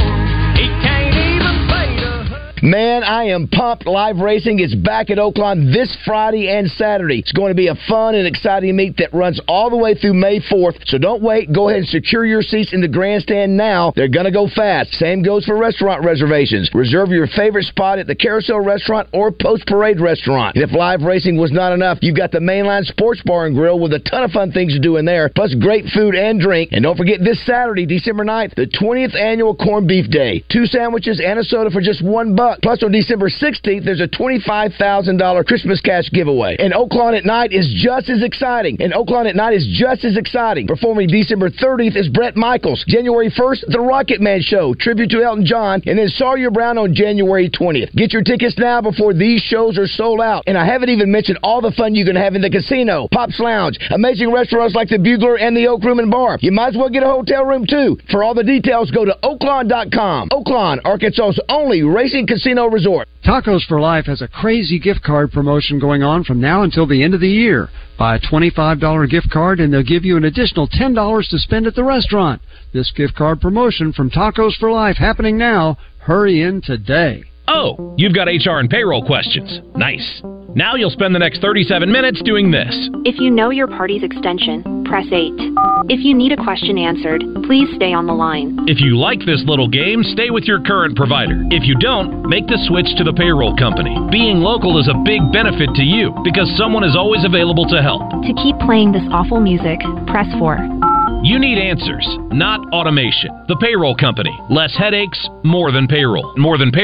[SPEAKER 7] He can't even fade a
[SPEAKER 11] Man, I am pumped. Live racing is back at Oakland this Friday and Saturday. It's going to be a fun and exciting meet that runs all the way through May 4th. So don't wait. Go ahead and secure your seats in the grandstand now. They're going to go fast. Same goes for restaurant reservations. Reserve your favorite spot at the Carousel Restaurant or Post Parade Restaurant. And if live racing was not enough, you've got the Mainline Sports Bar and Grill with a ton of fun things to do in there, plus great food and drink. And don't forget this Saturday, December 9th, the 20th annual Corned Beef Day. Two sandwiches and a soda for just one buck. Plus, on December 16th, there's a $25,000 Christmas cash giveaway. And Oaklawn at Night is just as exciting. And Oaklawn at Night is just as exciting. Performing December 30th is Brett Michaels. January 1st, The Rocket Man Show, tribute to Elton John. And then Sawyer Brown on January 20th. Get your tickets now before these shows are sold out. And I haven't even mentioned all the fun you can have in the casino, Pops Lounge, amazing restaurants like the Bugler and the Oak Room and Bar. You might as well get a hotel room too. For all the details, go to oaklawn.com. Oaklawn, Arkansas's only racing casino resort.
[SPEAKER 17] Tacos for Life has a crazy gift card promotion going on from now until the end of the year. Buy a $25 gift card and they'll give you an additional $10 to spend at the restaurant. This gift card promotion from Tacos for Life happening now. Hurry in today.
[SPEAKER 18] Oh, you've got HR and payroll questions. Nice. Now you'll spend the next 37 minutes doing this.
[SPEAKER 19] If you know your party's extension, press 8. If you need a question answered, please stay on the line.
[SPEAKER 18] If you like this little game, stay with your current provider. If you don't, make the switch to the payroll company. Being local is a big benefit to you because someone is always available to help.
[SPEAKER 19] To keep playing this awful music, press 4.
[SPEAKER 18] You need answers, not automation. The payroll company. Less headaches, more than payroll.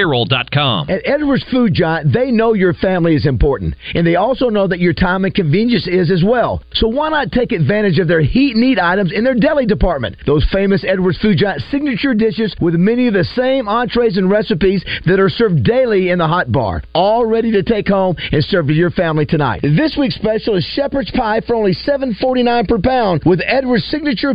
[SPEAKER 18] Morethanpayroll.com.
[SPEAKER 2] At Edwards Food Giant, they know your family is important, and they also know that your time and convenience is as well. So why not take advantage of their heat and eat items in their deli department? Those famous Edwards Food Giant signature dishes with many of the same entrees and recipes that are served daily in the hot bar, all ready to take home and serve to your family tonight. This week's special is shepherd's pie for only $7.49 per pound, with Edwards signature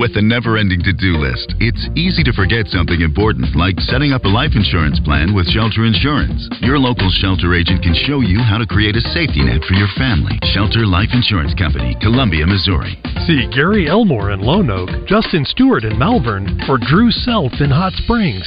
[SPEAKER 20] With a never ending to do list, it's easy to forget something important like setting up a life insurance plan with Shelter Insurance. Your local shelter agent can show you how to create a safety net for your family. Shelter Life Insurance Company, Columbia, Missouri.
[SPEAKER 21] See Gary Elmore in Lone Oak, Justin Stewart in Malvern, or Drew Self in Hot Springs.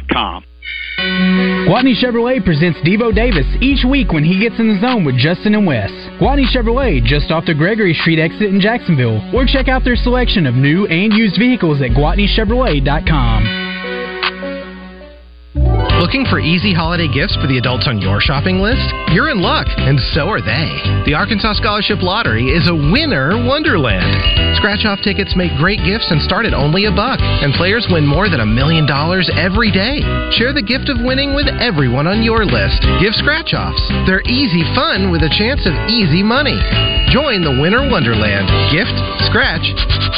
[SPEAKER 8] Guatney Chevrolet presents Devo Davis each week when he gets in the zone with Justin and Wes. Guatney Chevrolet, just off the Gregory Street exit in Jacksonville, or check out their selection of new and used vehicles at GuatneyChevrolet.com.
[SPEAKER 22] Looking for easy holiday gifts for the adults on your shopping list? You're in luck, and so are they. The Arkansas Scholarship Lottery is a winner wonderland. Scratch off tickets make great gifts and start at only a buck, and players win more than a million dollars every day. Share the gift of winning with everyone on your list. Give scratch offs. They're easy fun with a chance of easy money. Join the winner wonderland. Gift, scratch,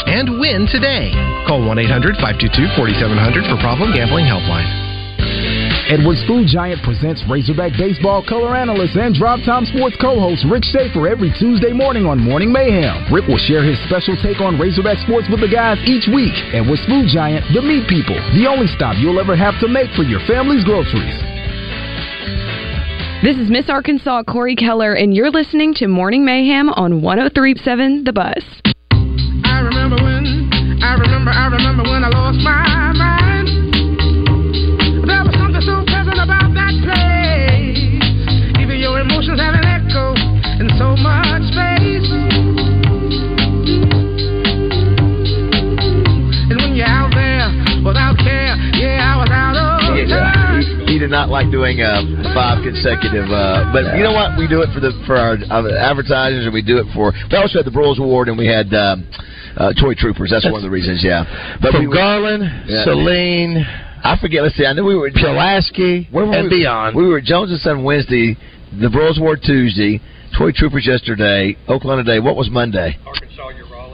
[SPEAKER 22] and win today. Call 1 800 522 4700 for problem gambling helpline.
[SPEAKER 4] Edwards Food Giant presents Razorback Baseball color analyst and Drop Time Sports co-host Rick Schaefer every Tuesday morning on Morning Mayhem. Rick will share his special take on Razorback sports with the guys each week. Edwards Food Giant, the meat people, the only stop you'll ever have to make for your family's groceries.
[SPEAKER 15] This is Miss Arkansas Corey Keller, and you're listening to Morning Mayhem on 1037 The Bus.
[SPEAKER 7] I remember when, I remember, I remember when I lost my mind. There was something so pleasant about that place. Even your emotions had an echo in so much space. And when you're out there without care, yeah, I was out of
[SPEAKER 2] He,
[SPEAKER 7] time.
[SPEAKER 2] uh, he, he did not like doing uh, five consecutive, uh, but you know what? We do it for the for our uh, advertisers, and we do it for. We also had the Broyles Award, and we had um, uh, Toy Troopers. That's, one of the reasons, yeah. But
[SPEAKER 3] From
[SPEAKER 2] we were-
[SPEAKER 3] Garland,
[SPEAKER 2] Yeah.
[SPEAKER 3] Celine,
[SPEAKER 2] I forget. Let's see. I knew we were
[SPEAKER 3] Pulaski,
[SPEAKER 2] Where were
[SPEAKER 3] and
[SPEAKER 2] we?
[SPEAKER 3] beyond.
[SPEAKER 2] We were at Jones and Son Wednesday, the Broyles Award Tuesday, Toy Troopers yesterday, Oakland today. What was Monday?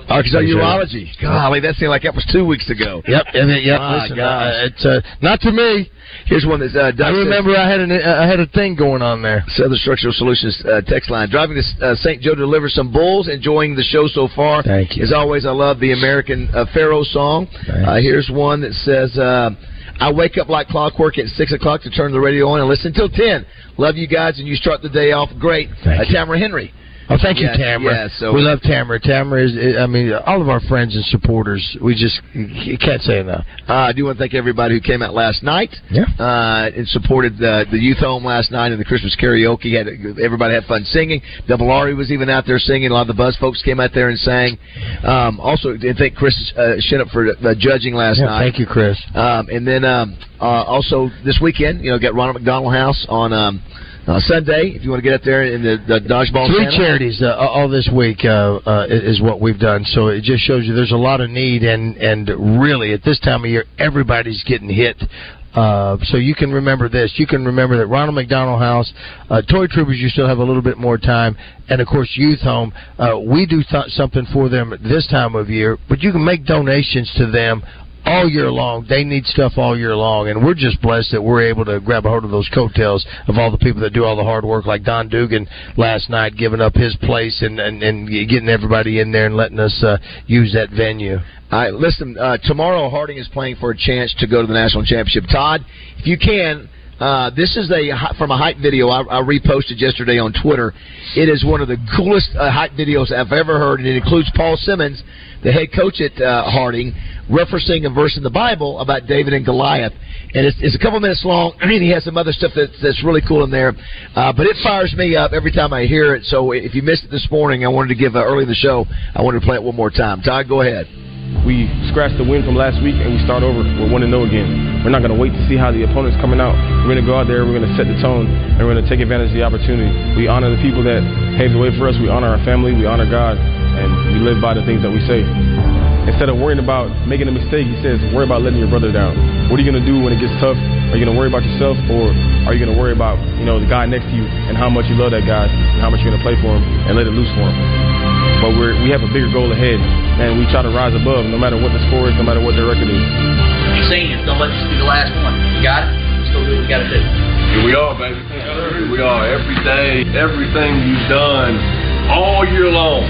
[SPEAKER 2] Arkansas Urology. Golly, that seemed like that was two weeks ago.
[SPEAKER 3] Yep, and then, yep.
[SPEAKER 2] My
[SPEAKER 3] listen,
[SPEAKER 2] gosh.
[SPEAKER 3] uh, it's uh, not to me.
[SPEAKER 2] Here's one that's. Uh,
[SPEAKER 3] I
[SPEAKER 2] Doug says-
[SPEAKER 3] remember I had an uh, I had a thing going on there.
[SPEAKER 2] Southern Structural Solutions uh, text line. Driving to uh, St. Joe to deliver some bulls. Enjoying the show so far. Thank you. As always, I love the American uh, Pharaoh song. Uh, here's one that says, uh, I wake up like clockwork at 6 o'clock to turn the radio on and listen till 10. Love you guys, and you start the day off great. uh, Tamara Henry.
[SPEAKER 3] Oh, thank
[SPEAKER 2] Yeah,
[SPEAKER 3] you, Tamara.
[SPEAKER 2] yeah, so-
[SPEAKER 3] we love Tamara. Tamara is, I mean, all of our friends and supporters. We just you can't say enough.
[SPEAKER 2] Uh, I do want to thank everybody who came out last night uh, and supported the, the youth home last night and the Christmas karaoke. Had everybody had fun singing. Double Ari was even out there singing. A lot of the Buzz folks came out there and sang. Um, also, I thank Chris uh, Shinup for uh, judging last
[SPEAKER 3] Yeah,
[SPEAKER 2] night.
[SPEAKER 3] thank you, Chris.
[SPEAKER 2] Um, and then um, uh, also this weekend, you know, got Ronald McDonald House on um, uh, Sunday. If you want to get up there in the, the dodgeball,
[SPEAKER 3] Three
[SPEAKER 2] channel.
[SPEAKER 3] charities uh, all this week uh, uh, is what we've done. So it just shows you there's a lot of need, and and really at this time of year, everybody's getting hit. Uh, so you can remember this. You can remember that Ronald McDonald House, uh, Toy Troopers. You still have a little bit more time, and of course Youth Home. Uh, we do th- something for them at this time of year, but you can make donations to them all year long. They need stuff all year long, and we're just blessed that we're able to grab a hold of those coattails of all the people that do all the hard work, like Don Dugan last night, giving up his place and and, and getting everybody in there and letting us uh, use that venue.
[SPEAKER 2] All right, listen. Uh, tomorrow, Harding is playing for a chance to go to the national championship. Todd, if you can, uh, this is a hi- from a hype video I, I reposted yesterday on Twitter. It is one of the coolest uh, hype videos I've ever heard, and it includes Paul Simmons, the head coach at uh, Harding, referencing a verse in the Bible about David and Goliath. And it's, it's a couple minutes long, and he has some other stuff that's, that's really cool in there. Uh, but it fires me up every time I hear it. So if you missed it this morning, I wanted to give uh, early in the show. I wanted to play it one more time. Todd, go ahead.
[SPEAKER 5] We scratched the win from last week and we start over. We're one and zero again. We're not going to wait to see how the opponent's coming out. We're going to go out there. We're going to set the tone and we're going to take advantage of the opportunity. We honor the people that paved the way for us. We honor our family. We honor God, and we live by the things that we say. Instead of worrying about making a mistake, he says, worry about letting your brother down. What are you going to do when it gets tough? Are you going to worry about yourself, or are you going to worry about you know the guy next to you and how much you love that guy and how much you're going to play for him and let it loose for him? but we're, we have a bigger goal ahead, and we try to rise above no matter what the score is, no matter what the record is.
[SPEAKER 23] Seniors, don't let this be the last one. You got it? Let's go do what we got to do.
[SPEAKER 7] Here we are, baby. Here we are every day, everything you've done all year long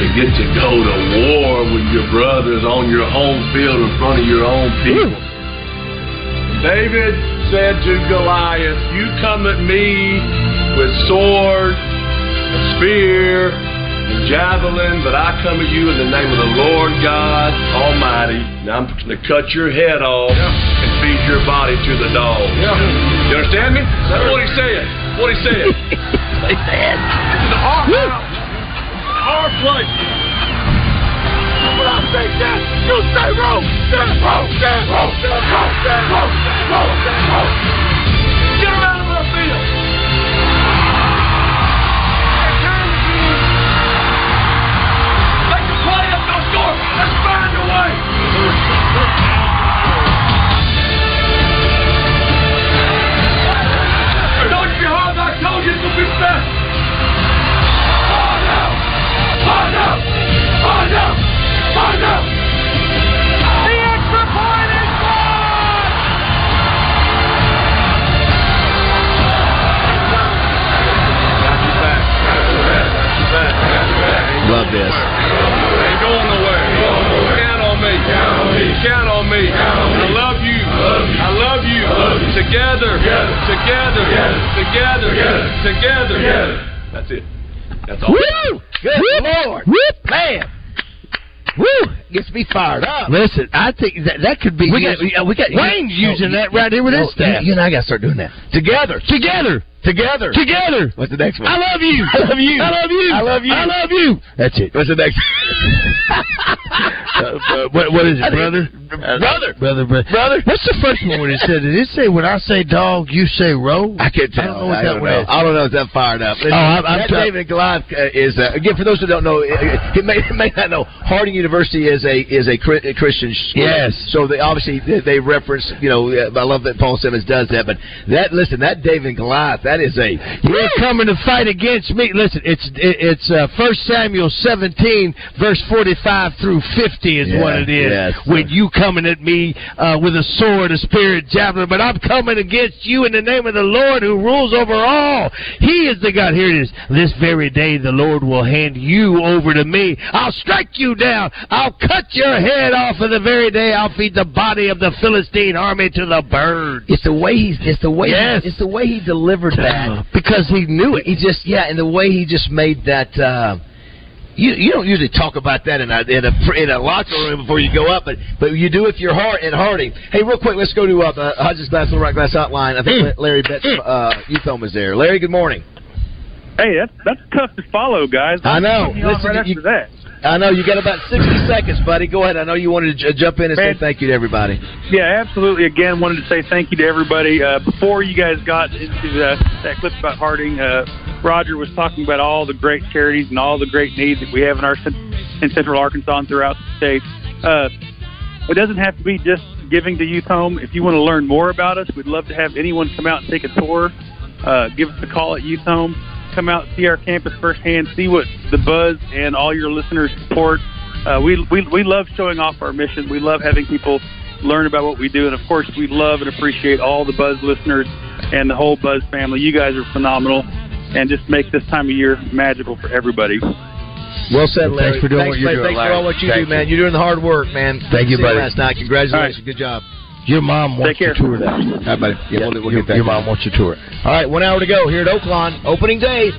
[SPEAKER 7] to get to go to war with your brothers on your own field in front of your own people. David said to Goliath, You come at me with sword, and spear, and javelin, but I come at you in the name of the Lord God Almighty. And I'm going to cut your head off and feed your body to the dog. You understand me? That's what he said. What he said. he said. This is our house. Our place. When I say that, you say wrong. That's wrong. That's wrong. That's wrong. That's wrong. That's wrong. That's wrong. Get him out of my field. Make the play up, don't score. Let's find a way. Or don't you be hard, I told you it's going to be fast. Oh, no. Oh, no. Oh, no. Oh, no. The extra point is gone.
[SPEAKER 2] Love this.
[SPEAKER 7] Ain't going nowhere. Count on me. Count on me. Count on me. I love you. I love you. Together. Together. Together. Together. That's it. That's all.
[SPEAKER 2] Woo! Good lord. Man. Woo! Gets me fired up.
[SPEAKER 3] Listen, I think that that could be.
[SPEAKER 2] We
[SPEAKER 3] used-
[SPEAKER 2] got- yeah, we got-
[SPEAKER 3] Wayne's
[SPEAKER 2] you-
[SPEAKER 3] using
[SPEAKER 2] Oh, you-
[SPEAKER 3] that right here with
[SPEAKER 2] no,
[SPEAKER 3] his staff.
[SPEAKER 2] you- you and I gotta start doing that. Together. Together. Together.
[SPEAKER 3] Together.
[SPEAKER 2] What's the next one?
[SPEAKER 3] I love you.
[SPEAKER 2] I love you.
[SPEAKER 3] I love you.
[SPEAKER 2] I love you.
[SPEAKER 3] I love you.
[SPEAKER 2] That's it. What's the next? Uh, uh, what, what is it, brother?
[SPEAKER 3] Brother. Brother, brother. Brother. What's the first one when it said? Did it say when I say dog, you say row? I
[SPEAKER 2] can't
[SPEAKER 3] I don't know what that one
[SPEAKER 2] know.
[SPEAKER 3] is.
[SPEAKER 2] Oh, I don't know if that fired up.
[SPEAKER 3] Oh, I'm- I'm
[SPEAKER 2] that
[SPEAKER 3] sorry.
[SPEAKER 2] David and Goliath uh, is uh, again for those who don't know, it, it may, it may not know. Harding University is a is a, Chri- a Christian school.
[SPEAKER 3] Yes.
[SPEAKER 2] So they obviously they, they reference. You know, uh, I love that Paul Simmons does that. But that listen, that David and Goliath, that is a
[SPEAKER 3] You're coming to fight against me. Listen, it's it, it's uh, 1 Samuel 17, verse 45 through 50 is
[SPEAKER 2] Yeah,
[SPEAKER 3] what it is.
[SPEAKER 2] yes.
[SPEAKER 3] When you coming at me uh, with a sword, a spear, and javelin, but I'm coming against you in the name of the Lord who rules over all. He is the God. Here it is. This very day the Lord will hand you over to me. I'll strike you down. I'll cut your head off. And the very day I'll feed the body of the Philistine army to the birds.
[SPEAKER 2] It's the way he's. It's the way.
[SPEAKER 3] Yes.
[SPEAKER 2] It's the way he delivered that
[SPEAKER 3] because he knew it.
[SPEAKER 2] He just yeah, and the way he just made that. Uh, you you don't usually talk about that in a in a in a locker room before you go up, but but you do if you're hard and Harding. Hey, real quick, let's go to uh, the Hodges Glass Little Rock Glass Outline. I think Larry Betts uh, youth home is there. Larry, good morning.
[SPEAKER 24] Hey, that's that's tough to follow, guys.
[SPEAKER 2] I know.
[SPEAKER 24] Put me on
[SPEAKER 2] Listen,
[SPEAKER 24] right
[SPEAKER 2] you-
[SPEAKER 24] after that.
[SPEAKER 2] I know you got about sixty seconds, buddy. Go ahead. I know you wanted to j- jump in and
[SPEAKER 24] Man.
[SPEAKER 2] say thank you to everybody.
[SPEAKER 24] Yeah, absolutely. Again, wanted to say thank you to everybody. Uh, before you guys got into uh, that clip about Harding, uh, Roger was talking about all the great charities and all the great needs that we have in our cen- in Central Arkansas and throughout the state. Uh, it doesn't have to be just giving to Youth Home. If you want to learn more about us, we'd love to have anyone come out and take a tour. Uh, give us a call at Youth Home. Come out, see our campus firsthand, see what the buzz and all your listeners support. Uh, we, we, we love showing off our mission. We love having people learn about what we do. And of course, we love and appreciate all the Buzz listeners and the whole Buzz family. You guys are phenomenal and just make this time of year magical for everybody.
[SPEAKER 2] Well said, Larry.
[SPEAKER 24] for doing
[SPEAKER 2] thanks,
[SPEAKER 24] what you're
[SPEAKER 2] buddy.
[SPEAKER 24] doing,
[SPEAKER 2] Thanks for
[SPEAKER 24] Larry.
[SPEAKER 2] all what you
[SPEAKER 24] Thank
[SPEAKER 2] do, man.
[SPEAKER 24] you.
[SPEAKER 2] You're doing the hard work, man.
[SPEAKER 3] Thank you,
[SPEAKER 2] See you
[SPEAKER 3] buddy.
[SPEAKER 2] Last night, congratulations. Good job.
[SPEAKER 3] Your mom wants
[SPEAKER 2] Take
[SPEAKER 3] to
[SPEAKER 2] care.
[SPEAKER 3] tour that.
[SPEAKER 2] All right, buddy. Yeah, we'll, we'll get that
[SPEAKER 3] Your
[SPEAKER 2] done.
[SPEAKER 3] mom wants you to tour it.
[SPEAKER 2] All right, one hour to go here at Oakland. Opening day.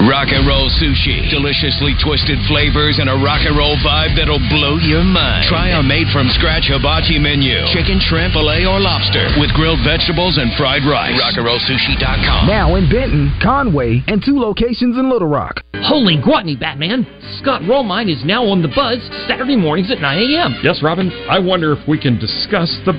[SPEAKER 8] Rock and roll sushi. Deliciously twisted flavors and a rock and roll vibe that'll blow your mind. Try a made from scratch hibachi menu. Chicken, shrimp, filet, or lobster with grilled vegetables and fried rice. Rockandrollsushi.com.
[SPEAKER 25] Now in Benton, Conway, and two locations in Little Rock.
[SPEAKER 18] Holy guatney, Batman! Scott Romine is now on The Buzz Saturday mornings at 9 a.m.
[SPEAKER 26] Yes, Robin, I wonder if we can discuss the